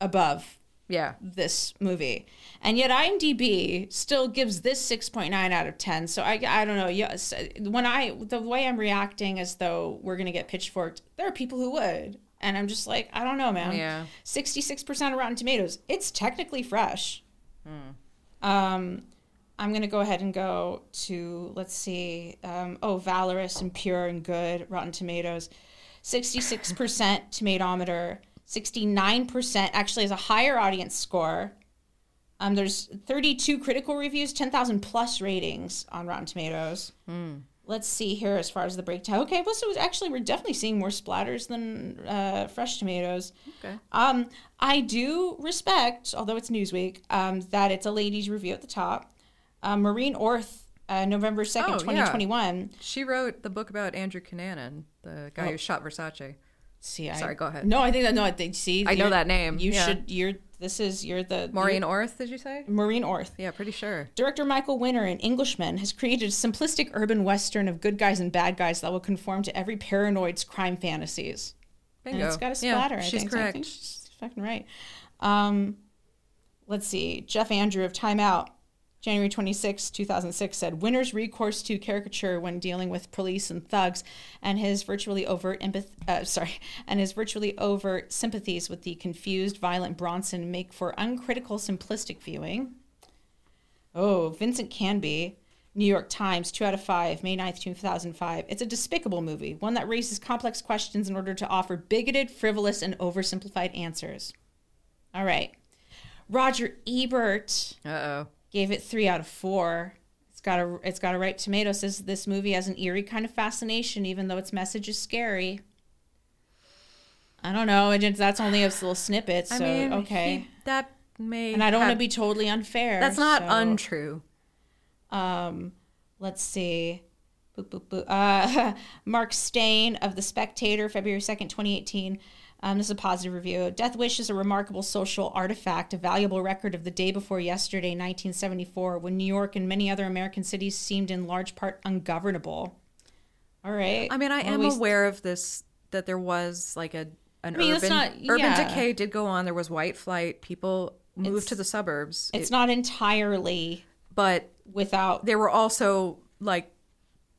Speaker 3: above
Speaker 1: Yeah,
Speaker 3: this movie, and yet IMDb still gives this six point nine out of ten. So I I don't know. Yes, when I the way I'm reacting as though we're gonna get pitchforked, there are people who would, and I'm just like I don't know, man.
Speaker 1: Yeah.
Speaker 3: sixty six percent of Rotten Tomatoes. It's technically fresh. Um, I'm gonna go ahead and go to let's see. Um, oh, valorous and pure and good. Rotten Tomatoes, sixty-six percent tomatometer, sixty-nine percent actually is a higher audience score. Um, there's thirty-two critical reviews, ten thousand plus ratings on Rotten Tomatoes. Let's see here as far as the breakdown. Okay, well, so actually we're definitely seeing more splatters than uh, fresh tomatoes.
Speaker 1: Okay.
Speaker 3: Um, I do respect, although it's Newsweek, um, that it's a ladies' review at the top. Um, Marine Orth, uh, November
Speaker 1: Oh,
Speaker 3: second,
Speaker 1: yeah.
Speaker 3: twenty twenty-one.
Speaker 1: She wrote the book about Andrew Cunanan, the
Speaker 3: Oh.
Speaker 1: guy who shot Versace.
Speaker 3: See, I,
Speaker 1: Sorry, go ahead.
Speaker 3: No, I think that no. I think see,
Speaker 1: I know
Speaker 3: you're-
Speaker 1: that name,
Speaker 3: You
Speaker 1: yeah.
Speaker 3: should. You're. This is. You're the
Speaker 1: Maureen Orth, did you say?
Speaker 3: you're- Marine Orth.
Speaker 1: Yeah, pretty sure.
Speaker 3: Director Michael Winner in Englishman has created a simplistic urban western of good guys and bad guys that will conform to every paranoid's crime fantasies.
Speaker 1: Bingo.
Speaker 3: And it's got a
Speaker 1: Yeah,
Speaker 3: splatter. I
Speaker 1: she's
Speaker 3: think. So I
Speaker 1: correct.
Speaker 3: think she's fucking right. Um, let's see. Jeff Andrew of Time Out, January 26, 2006, said Winner's recourse to caricature when dealing with police and thugs, and his virtually overt empath- uh, sorry, and his virtually overt sympathies with the confused, violent Bronson make for uncritical, simplistic viewing. Oh, Vincent Canby. New York Times, 2 out of 5, May 9th, 2005. It's a despicable movie, one that raises complex questions in order to offer bigoted, frivolous, and oversimplified answers. All right. Roger Ebert
Speaker 1: Uh oh.
Speaker 3: gave it 3 out of 4. It's got a it's got a ripe tomato says this movie has an eerie kind of fascination even though its message is scary. I don't know. I just- That's only a little snippet, so
Speaker 1: I mean,
Speaker 3: okay.
Speaker 1: he- that may.
Speaker 3: and I don't want to
Speaker 1: have-
Speaker 3: be totally unfair.
Speaker 1: That's not
Speaker 3: so-
Speaker 1: untrue.
Speaker 3: um, let's see. Boop, boop, boop. Uh, Mark Stain of The Spectator, February 2nd, 2018. Um, this is a positive review. Death Wish is a remarkable social artifact, a valuable record of the day before yesterday, 1974, when New York and many other American cities seemed in large part ungovernable. All right.
Speaker 1: I mean, I
Speaker 3: Well,
Speaker 1: am
Speaker 3: we-
Speaker 1: aware of this that there was like a an
Speaker 3: mean, that's
Speaker 1: urban
Speaker 3: not-
Speaker 1: urban
Speaker 3: yeah.
Speaker 1: decay did go on. There was white flight. People moved to the suburbs.
Speaker 3: It's
Speaker 1: It-
Speaker 3: not entirely
Speaker 1: but
Speaker 3: without.
Speaker 1: there were also like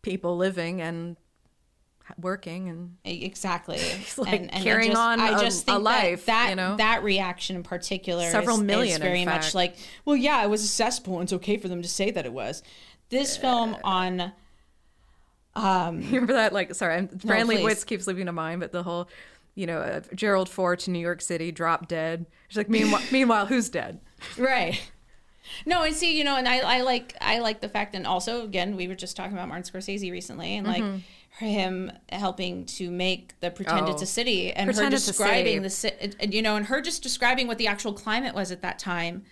Speaker 1: people living and working and
Speaker 3: E-, Exactly.
Speaker 1: like
Speaker 3: I
Speaker 1: carrying
Speaker 3: just-
Speaker 1: on a- a
Speaker 3: that-
Speaker 1: life,
Speaker 3: That that,
Speaker 1: you know?
Speaker 3: reaction in particular, is-
Speaker 1: Several
Speaker 3: is,
Speaker 1: million, in
Speaker 3: very much
Speaker 1: fact.
Speaker 3: like, well, yeah, it was a cesspool, and it's okay for them to say that it was. This film on
Speaker 1: You remember that? Like, sorry, I'm, Fran
Speaker 3: please.
Speaker 1: Lebowitz keeps leaving to mind, but the whole you know, uh, Gerald Ford to New York City, dropped dead. She's like, meanwhile, meanwhile, who's dead?
Speaker 3: Right. No, and see, you know, and I, I like I like the fact, and also again, we were just talking about Martin Scorsese recently, and like him helping to make the pretend
Speaker 1: Mm-hmm. Oh.
Speaker 3: it's a city, and
Speaker 1: Pretend
Speaker 3: her
Speaker 1: It's a
Speaker 3: describing
Speaker 1: City.
Speaker 3: the city, and you know, and her just describing what the actual climate was at that time,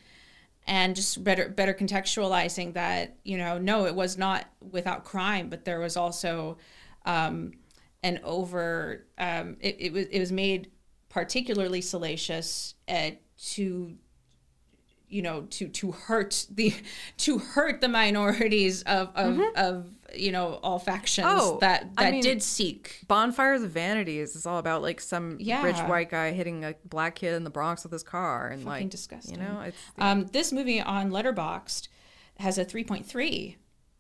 Speaker 3: and just better better contextualizing that, you know, no, it was not without crime, but there was also um, an over um, it, it was it was made particularly salacious uh, to you know to to hurt the to hurt the minorities of of, of you know all factions
Speaker 1: Mm-hmm. Oh,
Speaker 3: that
Speaker 1: I
Speaker 3: that
Speaker 1: mean-
Speaker 3: did seek
Speaker 1: Bonfire of the Vanities is all about like some
Speaker 3: Yeah.
Speaker 1: rich white guy hitting a black kid in the Bronx with his car and like
Speaker 3: disgusting.
Speaker 1: You know, it's
Speaker 3: um, this movie on letterboxd has a 3.3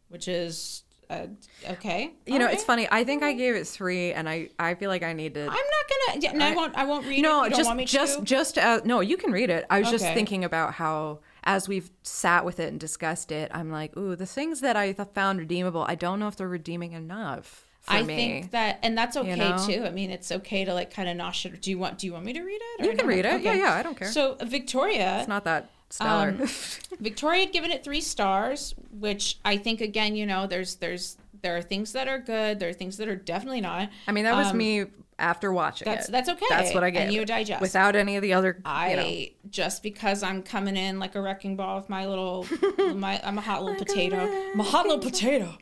Speaker 3: which is uh, okay
Speaker 1: you know,
Speaker 3: okay.
Speaker 1: it's funny. I think I gave it three, and I I feel like I need to.
Speaker 3: i'm not gonna yeah, and I, won't i won't read it
Speaker 1: no,
Speaker 3: if you don't
Speaker 1: just
Speaker 3: want me
Speaker 1: just
Speaker 3: to.
Speaker 1: just uh, no. You can read it. I was just
Speaker 3: Okay.
Speaker 1: thinking about how as we've sat with it and discussed it, I'm like, ooh, the things that I th- found redeemable, I don't know if they're redeeming enough for
Speaker 3: I
Speaker 1: me.
Speaker 3: think that, and that's okay
Speaker 1: know?
Speaker 3: too. I mean, it's okay to like kind of nosh it. Do you want? Do you want me to read it?
Speaker 1: You can
Speaker 3: not?
Speaker 1: read it. Yeah, yeah, I don't care.
Speaker 3: So Victoria,
Speaker 1: it's not that stellar.
Speaker 3: um, Victoria had given it three stars, which I think again, you know, there's there's there are things that are good, there are things that are definitely not.
Speaker 1: I mean, that was me after watching
Speaker 3: um, that's-
Speaker 1: it.
Speaker 3: that's okay,
Speaker 1: That's what I
Speaker 3: and
Speaker 1: get.
Speaker 3: you digest.
Speaker 1: without any of the other.
Speaker 3: I
Speaker 1: you know,
Speaker 3: just because I'm coming in like a wrecking ball with my little, my I'm a hot little potato. I'm a hot little potato.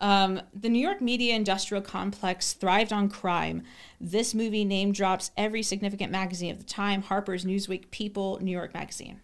Speaker 3: Um, the New York media industrial complex thrived on crime. This movie name drops every significant magazine of the time: Harper's, Newsweek, People, New York Magazine.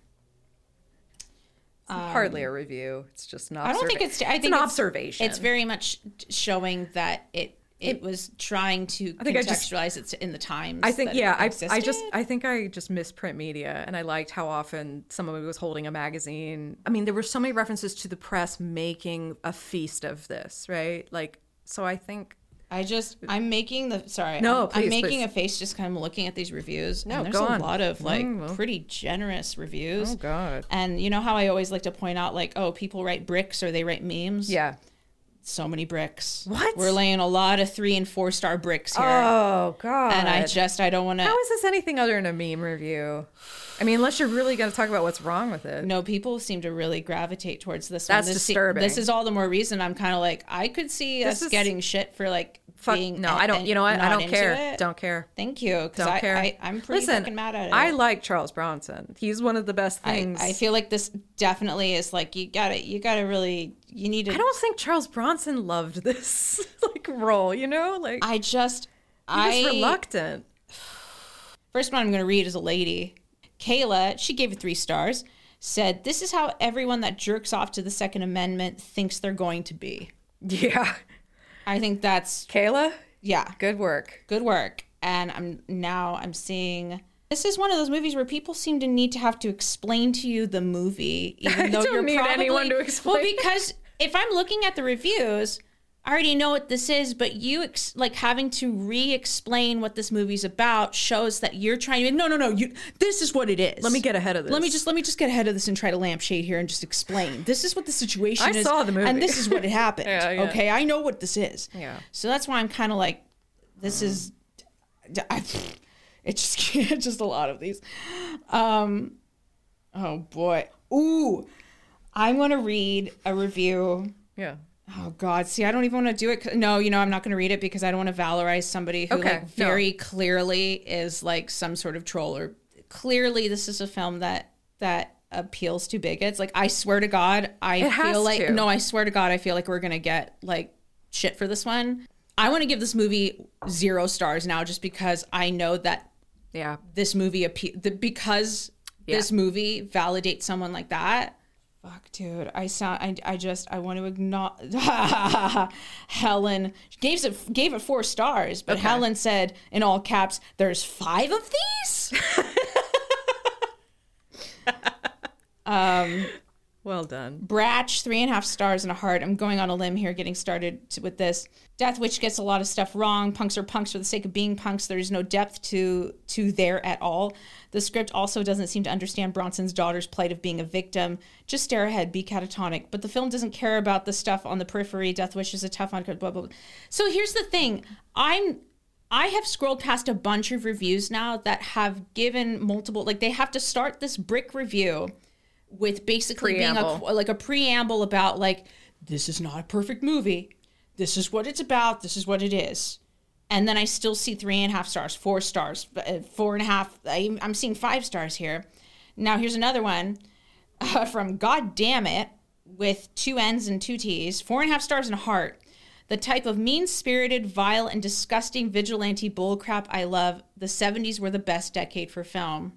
Speaker 1: hardly a review. It's just an
Speaker 3: um, I
Speaker 1: observation.
Speaker 3: don't think it's. I think
Speaker 1: an
Speaker 3: it's-
Speaker 1: observation.
Speaker 3: It's very much showing that it it was trying to
Speaker 1: think I just-
Speaker 3: contextualize it in the times.
Speaker 1: I think
Speaker 3: that it
Speaker 1: yeah, I, I
Speaker 3: existed.
Speaker 1: just I think I just miss print media and I liked how often someone was holding a magazine. I mean, there were so many references to the press making a feast of this, right? Like so I think
Speaker 3: I just I'm making the sorry.
Speaker 1: No,
Speaker 3: I'm, I'm
Speaker 1: please,
Speaker 3: making
Speaker 1: please.
Speaker 3: a face just kind of looking at these reviews.
Speaker 1: No,
Speaker 3: and there's
Speaker 1: go
Speaker 3: a
Speaker 1: on.
Speaker 3: lot of like
Speaker 1: Mm, well.
Speaker 3: pretty generous reviews.
Speaker 1: Oh, God.
Speaker 3: And you know how I always like to point out like oh people write bricks or they write memes.
Speaker 1: yeah.
Speaker 3: So many bricks.
Speaker 1: What?
Speaker 3: We're laying a lot of three and four star bricks here.
Speaker 1: Oh god.
Speaker 3: and I just I don't want to.
Speaker 1: How is this anything other than a meme review? I mean, unless you're really going to talk about what's wrong with it.
Speaker 3: No, people seem to really gravitate towards this.
Speaker 1: That's
Speaker 3: one. This se-
Speaker 1: disturbing.
Speaker 3: this is all the more reason I'm kind of like I could see
Speaker 1: This
Speaker 3: us
Speaker 1: is-
Speaker 3: getting shit for like
Speaker 1: Fuck
Speaker 3: being.
Speaker 1: no.
Speaker 3: a-
Speaker 1: I don't. You know what? I
Speaker 3: not
Speaker 1: don't
Speaker 3: into
Speaker 1: care.
Speaker 3: it.
Speaker 1: Don't care.
Speaker 3: Thank you, because
Speaker 1: Don't
Speaker 3: I,
Speaker 1: care.
Speaker 3: I I'm pretty
Speaker 1: Listen,
Speaker 3: fucking mad at it.
Speaker 1: I like Charles Bronson. He's one of the best
Speaker 3: I,
Speaker 1: things.
Speaker 3: I feel like this definitely is like you got to You got to really. You need to.
Speaker 1: I don't think Charles Bronson loved this like role. You know, like
Speaker 3: I just.
Speaker 1: he was
Speaker 3: I
Speaker 1: reluctant.
Speaker 3: First one I'm going to read is a lady. Kayla, she gave it three stars, said, This is how everyone that jerks off to the Second Amendment thinks they're going to be.
Speaker 1: Yeah,
Speaker 3: I think that's,
Speaker 1: Kayla,
Speaker 3: yeah,
Speaker 1: good work.
Speaker 3: good work. And I'm now I'm seeing this is one of those movies where people seem to need to have to explain to you the movie, even though
Speaker 1: don't
Speaker 3: you're
Speaker 1: need
Speaker 3: probably
Speaker 1: anyone to explain.
Speaker 3: Well, because if I'm looking at the reviews, I already know what this is, but you ex- like having to re-explain what this movie's about shows that you're trying to no no no you this is what it is.
Speaker 1: Let me get ahead of this.
Speaker 3: Let me just let me just get ahead of this and try to lampshade here and just explain. This is what the situation
Speaker 1: I
Speaker 3: is.
Speaker 1: saw the movie.
Speaker 3: and this is what it happened.
Speaker 1: Yeah, yeah.
Speaker 3: Okay, I know what this is.
Speaker 1: Yeah.
Speaker 3: So that's why I'm kind of like, this is, I, it just can't, just a lot of these. Um, oh boy. Ooh, I'm gonna read a review.
Speaker 1: Yeah.
Speaker 3: Oh God! See, I don't even want to do it. 'cause- No, you know, I'm not going to read it because I don't want to valorize somebody who,
Speaker 1: Okay,
Speaker 3: like,
Speaker 1: no.
Speaker 3: very clearly is like some sort of troll or clearly this is a film that that appeals to bigots. Like, I swear to God, I
Speaker 1: It has
Speaker 3: feel like
Speaker 1: to.
Speaker 3: no, I swear to God, I feel like we're gonna get like shit for this one. I want to give this movie zero stars now, just because I know that
Speaker 1: Yeah.
Speaker 3: this movie appe- the, because this movie validates someone like that fuck dude i sound i, I just i want to acknowledge helen gave it gave it four stars but helen said in all caps there's five of these
Speaker 1: Well done.
Speaker 3: Bratch, three and a half stars and a heart. I'm going on a limb here, getting started t- with this. Death Witch gets a lot of stuff wrong. Punks are punks for the sake of being punks. There is no depth to to there at all. The script also doesn't seem to understand Bronson's daughter's plight of being a victim. Just stare ahead, be catatonic. But the film doesn't care about the stuff on the periphery. Death Wish is a tough one. Blah blah. blah. So here's the thing. I'm I have scrolled past a bunch of reviews now that have given multiple like they have to start this brick review with basically being
Speaker 4: Preamble.
Speaker 3: a like a preamble about like this is not a perfect movie. This is what it's about. This is what it is. And then I still see three and a half stars, four stars, uh, four and a half. I, I'm seeing five stars here. Now here's another one uh, from God Damn It with two N's and two T's, four and a half stars and a heart. The type of mean spirited, vile, and disgusting vigilante bullcrap I love. The 70s were the best decade for film.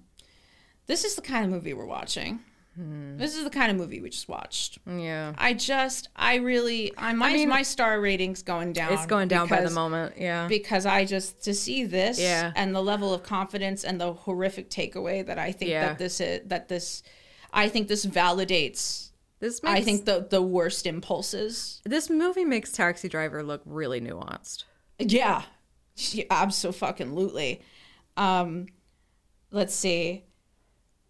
Speaker 3: This is the kind of movie we're watching.
Speaker 1: Hmm.
Speaker 3: This is the kind of movie we just watched.
Speaker 1: Yeah.
Speaker 3: I just, I really, I, my, my star rating's going down.
Speaker 1: It's going down by the
Speaker 3: because-
Speaker 1: moment. Yeah.
Speaker 3: Because I just, to see this
Speaker 1: Yeah.
Speaker 3: and the level of confidence and the horrific takeaway that I think
Speaker 1: Yeah.
Speaker 3: that this is, that this, I think this validates,
Speaker 1: This makes
Speaker 3: I think the, the worst impulses.
Speaker 1: this movie makes Taxi Driver look really nuanced.
Speaker 3: Yeah. yeah absolutely. Um, let's see.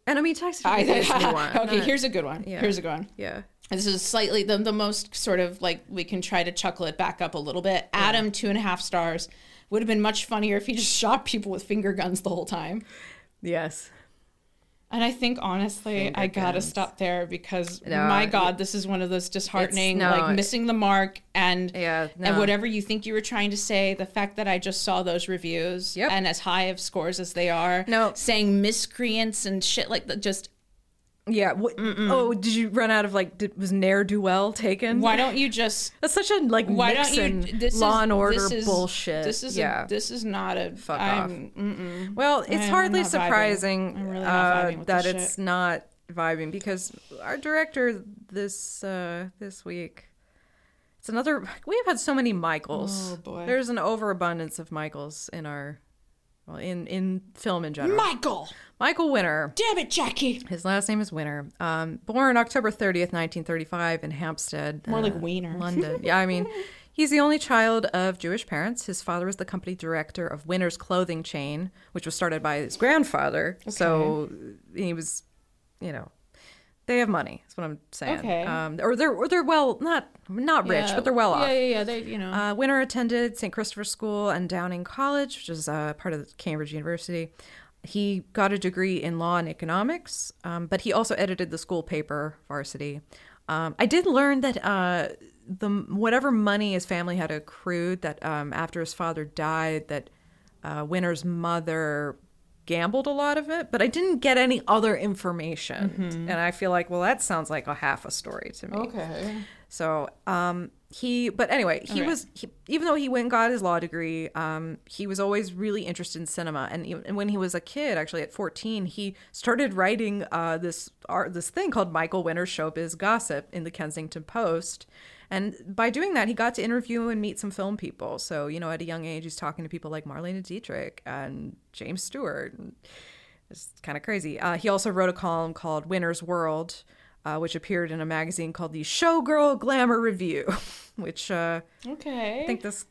Speaker 1: And I mean Taxi
Speaker 3: I,
Speaker 1: Driver is nuanced.
Speaker 3: okay,
Speaker 1: not-
Speaker 3: here's a good one.
Speaker 1: Yeah.
Speaker 3: Here's a good one.
Speaker 1: yeah.
Speaker 3: This is slightly the, the most sort of like we can try to chuckle it back up a little bit. Adam, two and a half stars. Would have been much funnier if he just shot people with finger guns the whole time.
Speaker 1: Yes.
Speaker 3: And I think honestly, I gotta stop there because
Speaker 1: No,
Speaker 3: my
Speaker 1: it-
Speaker 3: God, this is one of those disheartening,
Speaker 1: no,
Speaker 3: like
Speaker 1: it-
Speaker 3: missing the mark and
Speaker 1: Yeah,
Speaker 3: and
Speaker 1: no.
Speaker 3: whatever you think you were trying to say. The fact that I just saw those reviews
Speaker 1: Yep.
Speaker 3: and as high of scores as they are,
Speaker 1: No.
Speaker 3: saying miscreants and shit like that. Just
Speaker 1: Yeah. What, oh, did you run out of like did, was ne'er do well taken?
Speaker 3: why don't you just
Speaker 1: That's such a like
Speaker 3: why
Speaker 1: Nixon
Speaker 3: don't you this
Speaker 1: law
Speaker 3: is,
Speaker 1: and order
Speaker 3: this is,
Speaker 1: bullshit.
Speaker 3: This is
Speaker 1: yeah.
Speaker 3: a, this is not a
Speaker 1: Fuck
Speaker 3: I'm- mm,
Speaker 1: well, it's
Speaker 3: I'm
Speaker 1: hardly
Speaker 3: not vibing.
Speaker 1: surprising
Speaker 3: I'm really not vibing
Speaker 1: uh,
Speaker 3: with
Speaker 1: that
Speaker 3: this
Speaker 1: it's not vibing because our director this uh, this week. It's another. We've had so many Michaels.
Speaker 3: Oh, boy.
Speaker 1: There's an overabundance of Michaels in our, well, in in film in general.
Speaker 3: Michael.
Speaker 1: Michael Winner.
Speaker 3: Damn it, Jackie.
Speaker 1: His last name is Winner. Um, born October 30th, 1935, in Hampstead.
Speaker 3: More like Wiener.
Speaker 1: London. Yeah, I mean, he's the only child of Jewish parents. His father was the company director of Winner's clothing chain, which was started by his grandfather. So he was, you know, they have money. That's what I'm saying.
Speaker 3: Okay.
Speaker 1: Um, or they're or they're well not not rich,
Speaker 3: Yeah,
Speaker 1: but they're well off.
Speaker 3: Yeah, yeah, yeah. They, you know.
Speaker 1: Uh, Winter attended St. Christopher School and Downing College, which is uh, part of Cambridge University. He got a degree in law and economics, um, but he also edited the school paper, Varsity. Um, I did learn that uh, the whatever money his family had accrued, that um, after his father died, that uh, Winter's mother gambled a lot of it, but I didn't get any other information, and I feel like, well, that sounds like a half a story to me.
Speaker 3: Oh, okay.
Speaker 1: So um, he, but anyway, he was he, even though he went and got his law degree, um, he was always really interested in cinema. And, even, and when he was a kid, actually at fourteen, he started writing uh, this art, this thing called Michael Winter's Showbiz Gossip in the Kensington Post. And by doing that, he got to interview and meet some film people. So you know, at a young age, he's talking to people like Marlene Dietrich and James Stewart. And, it's kind of crazy. Uh, he also wrote a column called Winner's World, uh, which appeared in a magazine called the Showgirl Glamour Review, which uh,
Speaker 3: Okay.
Speaker 1: I think this.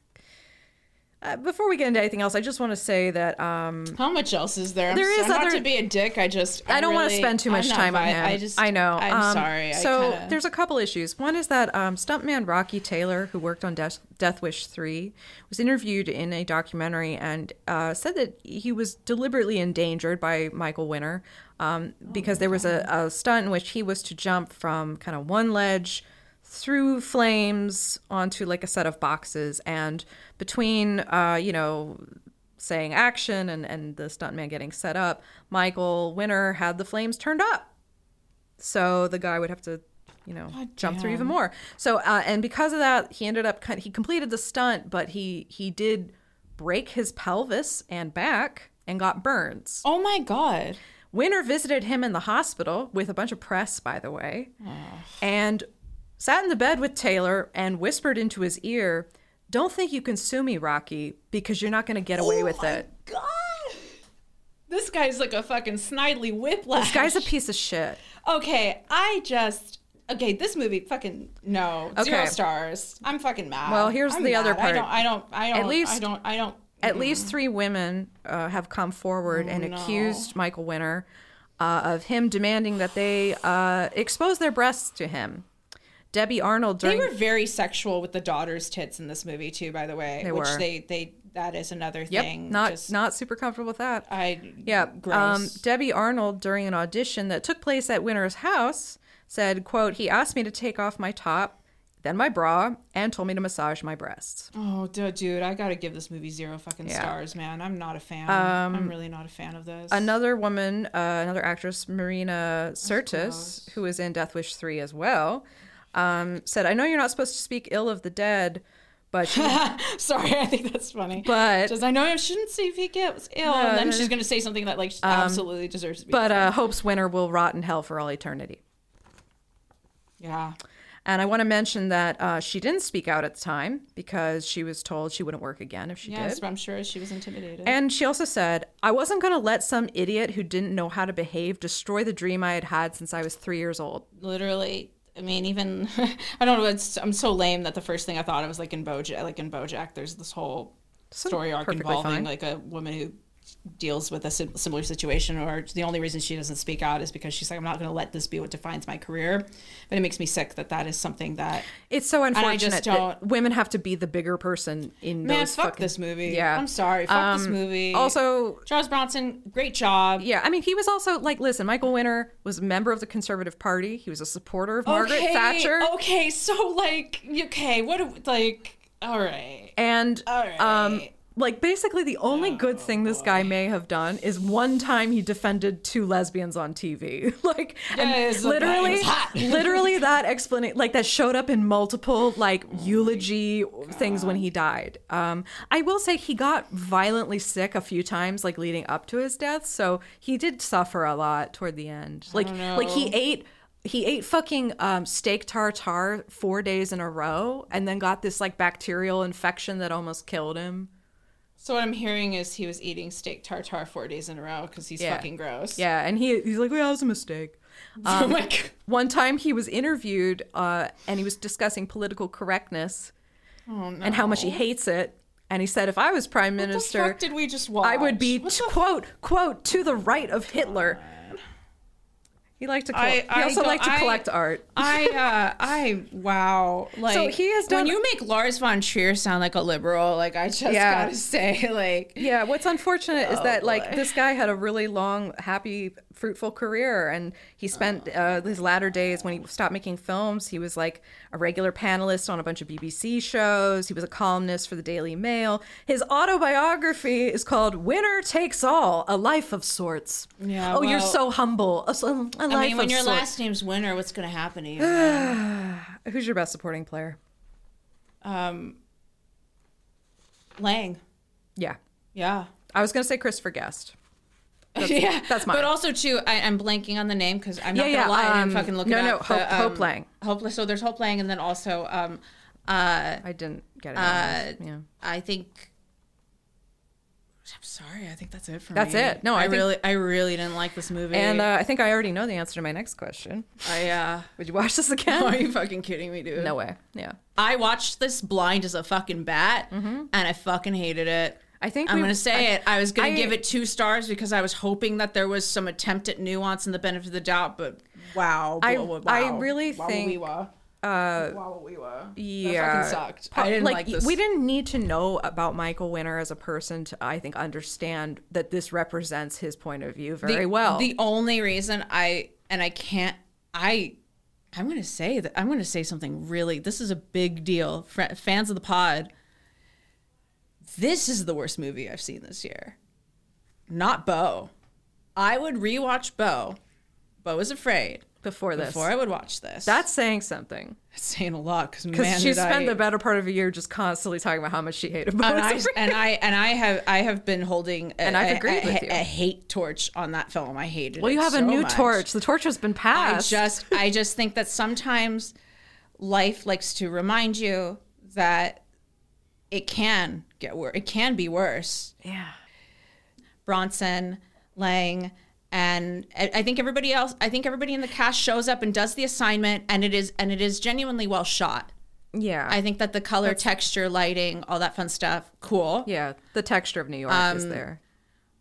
Speaker 1: Uh, before we get into anything else, I just want to say that um,
Speaker 3: How much else is there? I'm
Speaker 1: There
Speaker 3: so-
Speaker 1: is
Speaker 3: not
Speaker 1: other-
Speaker 3: to be a dick. I just
Speaker 1: I don't want to
Speaker 3: really-
Speaker 1: spend too
Speaker 3: I'm
Speaker 1: much
Speaker 3: not
Speaker 1: time on
Speaker 3: vi-
Speaker 1: him.
Speaker 3: I just
Speaker 1: I know.
Speaker 3: I'm
Speaker 1: Um,
Speaker 3: sorry.
Speaker 1: So
Speaker 3: I kinda,
Speaker 1: there's a couple issues. One is that um, stuntman Rocky Taylor, who worked on Death, Death Wish Three, was interviewed in a documentary and uh, said that he was deliberately endangered by Michael Winner um, because there was a, a stunt in which he was to jump from kind of one ledge through flames onto like a set of boxes and between uh, you know saying action and, and the stuntman getting set up, Michael Winner had the flames turned up. So the guy would have to, you know, jump through even more. So uh, and because of that, he ended up kin- he completed the stunt, but he he did break his pelvis and back and got burns.
Speaker 3: Oh my god.
Speaker 1: Winner visited him in the hospital with a bunch of press, by the way, and sat in the bed with Taylor and whispered into his ear, "Don't think you can sue me, Rocky, because you're not going to get
Speaker 3: Oh
Speaker 1: away with it."
Speaker 3: God. This guy's like a fucking snidely whiplash.
Speaker 1: Guy's a piece of shit.
Speaker 3: okay. I just. Okay, this movie fucking no zero
Speaker 1: Okay.
Speaker 3: stars. I'm fucking mad.
Speaker 1: Well, here's
Speaker 3: I'm
Speaker 1: the
Speaker 3: mad.
Speaker 1: other
Speaker 3: I
Speaker 1: part.
Speaker 3: don't. I don't. I don't. I
Speaker 1: least-
Speaker 3: don't. I don't.
Speaker 1: At least three women uh, have come
Speaker 3: Oh,
Speaker 1: forward and accused Michael Winner uh, of him demanding that they uh, expose their breasts to him. Debbie Arnold
Speaker 3: They
Speaker 1: during
Speaker 3: were very sexual with the daughter's tits in this movie too. By the way,
Speaker 1: They
Speaker 3: which
Speaker 1: were.
Speaker 3: they they that is another
Speaker 1: Yep.
Speaker 3: thing.
Speaker 1: not
Speaker 3: Just-
Speaker 1: not super comfortable with that.
Speaker 3: I
Speaker 1: Yeah. Um,
Speaker 3: gross.
Speaker 1: Debbie Arnold, during an audition that took place at Winter's house, said, quote, he asked me to take off my top, then my bra, and told me to massage my breasts.
Speaker 3: oh, du- dude, I gotta give this movie zero fucking
Speaker 1: Yeah. Um,
Speaker 3: stars, man. I'm not a fan. I'm really not a fan of this.
Speaker 1: Another woman, uh, another actress, Marina Sirtis, who was in Death Wish 3 as well, um, said, I know you're not supposed to speak ill of the dead, but she
Speaker 3: Sorry, I think that's funny.
Speaker 1: But-
Speaker 3: just I know I shouldn't say if he gets ill, and then she's gonna say something that like absolutely deserves to be.
Speaker 1: Um, but uh, hopes winter will rot in hell for all eternity.
Speaker 3: yeah,
Speaker 1: And I want to mention that uh, she didn't speak out at the time because she was told she wouldn't work again if she
Speaker 3: yes,
Speaker 1: did.
Speaker 3: but I'm sure she was intimidated.
Speaker 1: And she also said, I wasn't going to let some idiot who didn't know how to behave destroy the dream I had had since I was three years old.
Speaker 3: literally i mean even i don't know it's i'm so lame that the first thing i thought of was like in bojack like in bojack there's this whole
Speaker 1: So
Speaker 3: story arc
Speaker 1: perfectly
Speaker 3: involving
Speaker 1: fine.
Speaker 3: like a woman who deals with a sim- similar situation or the only reason she doesn't speak out is because she's like i'm not going to let this be what defines my career but it makes me sick that that is something that
Speaker 1: It's so
Speaker 3: I
Speaker 1: unfortunate
Speaker 3: just
Speaker 1: that women have to be the bigger person in
Speaker 3: man
Speaker 1: those
Speaker 3: fuck
Speaker 1: fucking...
Speaker 3: this movie
Speaker 1: yeah.
Speaker 3: i'm sorry fuck this
Speaker 1: Um,
Speaker 3: movie
Speaker 1: Also,
Speaker 3: charles bronson great job
Speaker 1: yeah, I mean, he was also like, listen, Michael Winter was a member of the Conservative Party. He was a supporter of Margaret
Speaker 3: okay, Oh.
Speaker 1: Thatcher.
Speaker 3: okay so like okay what do- like all right
Speaker 1: And
Speaker 3: All right. Oh,
Speaker 1: um like basically the only good thing this guy may have done is one time he defended two lesbians on TV. like and
Speaker 3: Yes, that
Speaker 1: literally
Speaker 3: was hot.
Speaker 1: literally that explanation like that showed up in multiple like eulogy things when he died. Um I will say he got violently sick a few times like leading up to his death, so he did suffer a lot toward the end. Like like he ate he ate fucking um, steak tartare four days in a row and then got this like bacterial infection that almost killed him.
Speaker 3: So what I'm hearing is he was eating steak tartare four days in a row because he's
Speaker 1: Yeah.
Speaker 3: fucking gross.
Speaker 1: Yeah, and he he's like, well, that was a mistake.
Speaker 3: oh my god.
Speaker 1: One time he was interviewed uh, and he was discussing political correctness
Speaker 3: Oh no.
Speaker 1: and how much he hates it. And he said, if I was prime
Speaker 3: What the
Speaker 1: minister,
Speaker 3: fuck did we just watch?
Speaker 1: I would be,
Speaker 3: What
Speaker 1: t-
Speaker 3: the f-
Speaker 1: quote, quote, to the right of Hitler. He liked to collect,
Speaker 3: I-
Speaker 1: he
Speaker 3: I
Speaker 1: also
Speaker 3: don't-
Speaker 1: liked to
Speaker 3: I-
Speaker 1: collect art.
Speaker 3: I uh I wow like
Speaker 1: he has done-
Speaker 3: when you make Lars von Trier sound like a liberal like I just
Speaker 1: Yeah.
Speaker 3: gotta say like
Speaker 1: Yeah, what's unfortunate
Speaker 4: Oh,
Speaker 1: is that like this guy had a really long, happy, fruitful career, and he spent
Speaker 4: Oh.
Speaker 1: uh, his latter days when he stopped making films. He was like a regular panelist on a bunch of BBC shows. He was a columnist for the Daily Mail. His autobiography is called "Winner Takes All: A Life of Sorts."
Speaker 3: Yeah,
Speaker 1: Oh, you're
Speaker 3: well-
Speaker 1: so humble. A, s- a life
Speaker 4: I mean, when
Speaker 1: of
Speaker 4: your
Speaker 1: sorts.
Speaker 4: last name's Winner, what's going to happen to you?
Speaker 1: Who's your best supporting player?
Speaker 3: um Lang
Speaker 1: Yeah,
Speaker 3: yeah
Speaker 1: I was gonna say Christopher Guest.
Speaker 3: yeah
Speaker 1: that's mine.
Speaker 3: but
Speaker 4: But also, too, I, I'm blanking on the name because I'm not
Speaker 1: Yeah,
Speaker 4: gonna
Speaker 1: yeah,
Speaker 4: lie. I
Speaker 1: um,
Speaker 4: didn't fucking look
Speaker 1: no,
Speaker 4: it
Speaker 1: no,
Speaker 4: up.
Speaker 1: Hope-
Speaker 4: The,
Speaker 3: um,
Speaker 1: Hope Lang.
Speaker 4: Hopeless. So there's Hope Lang, and then also, um, uh,
Speaker 1: I didn't get it. yeah.
Speaker 4: I think. I'm sorry. I think that's it for
Speaker 1: That's
Speaker 4: me.
Speaker 1: it. No, I think-
Speaker 4: really, I really didn't like this movie.
Speaker 1: And uh, I think I already know the answer to my next question.
Speaker 4: I, uh,
Speaker 1: Would you watch this again?
Speaker 4: are you fucking kidding me, dude?
Speaker 1: No way. Yeah.
Speaker 4: I watched this blind as a fucking bat, and I fucking hated it.
Speaker 1: Mm-hmm. I think
Speaker 4: I'm
Speaker 1: we-
Speaker 4: gonna say
Speaker 1: I-
Speaker 4: it. I was gonna
Speaker 1: I-
Speaker 4: give it two stars because I was hoping that there was some attempt at nuance and the benefit of the doubt, but wow,
Speaker 1: I-
Speaker 4: blah, blah,
Speaker 1: I
Speaker 4: wow.
Speaker 1: really think- uh,
Speaker 3: Wawawiwa. Wawawiwa.
Speaker 1: Yeah.
Speaker 3: that fucking sucked
Speaker 4: uh, I didn't like this.
Speaker 1: We didn't need to know about Michael Winter as a person to, I think, understand that this represents his point of view very
Speaker 4: the,
Speaker 1: well.
Speaker 4: The only reason I and I can't I I'm going to say that I'm going to say something really this is a big deal Fr- fans of the pod. This is the worst movie I've seen this year. Not Bo. I would rewatch Bo. Bo is afraid
Speaker 1: before this,
Speaker 4: before I would watch this.
Speaker 1: that's saying something
Speaker 4: That's saying a lot cuz man
Speaker 1: because she
Speaker 4: did
Speaker 1: spent
Speaker 4: I,
Speaker 1: the better part of a year just constantly talking about how much she hated.
Speaker 4: and I,
Speaker 1: Boys Afraid.
Speaker 4: and I and I have I have been holding a,
Speaker 1: And I've
Speaker 4: a-
Speaker 1: agreed
Speaker 4: a-
Speaker 1: with you.
Speaker 4: a hate torch on that film. I hated
Speaker 1: well, you
Speaker 4: it
Speaker 1: have a
Speaker 4: so
Speaker 1: new
Speaker 4: much.
Speaker 1: torch. The torch has been
Speaker 4: I
Speaker 1: passed.
Speaker 4: just I just think that sometimes life likes to remind you that it can get worse. It can be worse.
Speaker 1: yeah.
Speaker 4: Bronson, Lang, and I I think everybody else. I think everybody in the cast shows up and does the assignment, and it is and it is genuinely well shot.
Speaker 1: Yeah.
Speaker 4: I think that the color, texture, lighting, all that fun stuff, cool.
Speaker 1: yeah. The texture of New York
Speaker 4: Um,
Speaker 1: is there.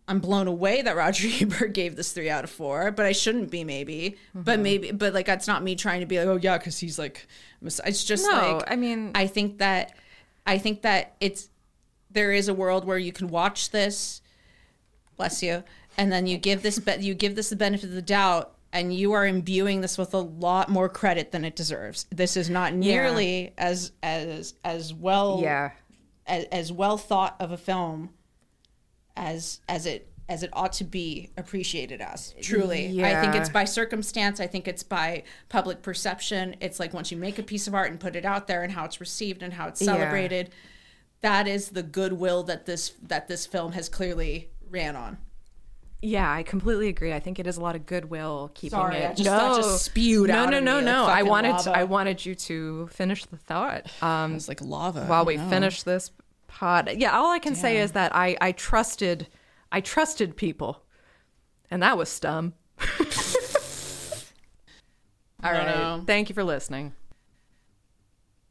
Speaker 4: I'm blown away that Roger Ebert gave this three out of four, but I shouldn't be maybe.
Speaker 1: Mm-hmm.
Speaker 4: But maybe, but like that's not me trying to be like, oh yeah, because he's like, mis-" it's just
Speaker 1: No,
Speaker 4: like
Speaker 1: I mean-
Speaker 4: I think that, I think that it's
Speaker 3: there is a world where you can watch this, bless you, and then you give this be- you give this the benefit of the doubt, and you are imbuing this with a lot more credit than it deserves. This is not nearly as as as
Speaker 4: oh.
Speaker 3: well
Speaker 1: Yeah.
Speaker 3: as, as well thought of a film as as it as it ought to be appreciated as truly i think
Speaker 1: Yeah.
Speaker 3: it's by circumstance i think it's by public perception it's like once you make a piece of art and put it out there and how it's received and how it's
Speaker 1: Yeah.
Speaker 3: celebrated that is the goodwill that this that this film has clearly ran on
Speaker 1: Yeah, I completely agree. I think it is a lot of goodwill keeping
Speaker 3: Sorry,
Speaker 1: it.
Speaker 3: I just- that just spewed
Speaker 1: no,
Speaker 3: out
Speaker 1: no,
Speaker 3: of
Speaker 1: no,
Speaker 3: me
Speaker 1: no.
Speaker 3: like
Speaker 1: I
Speaker 3: fucking
Speaker 1: wanted
Speaker 3: lava. Oh,
Speaker 1: I wanted you to finish the thought. Um,
Speaker 3: it's like lava
Speaker 1: while we finish this pod. Yeah, all I can say is that I I trusted I trusted people, and that was stum.
Speaker 3: all right
Speaker 1: Thank you for listening.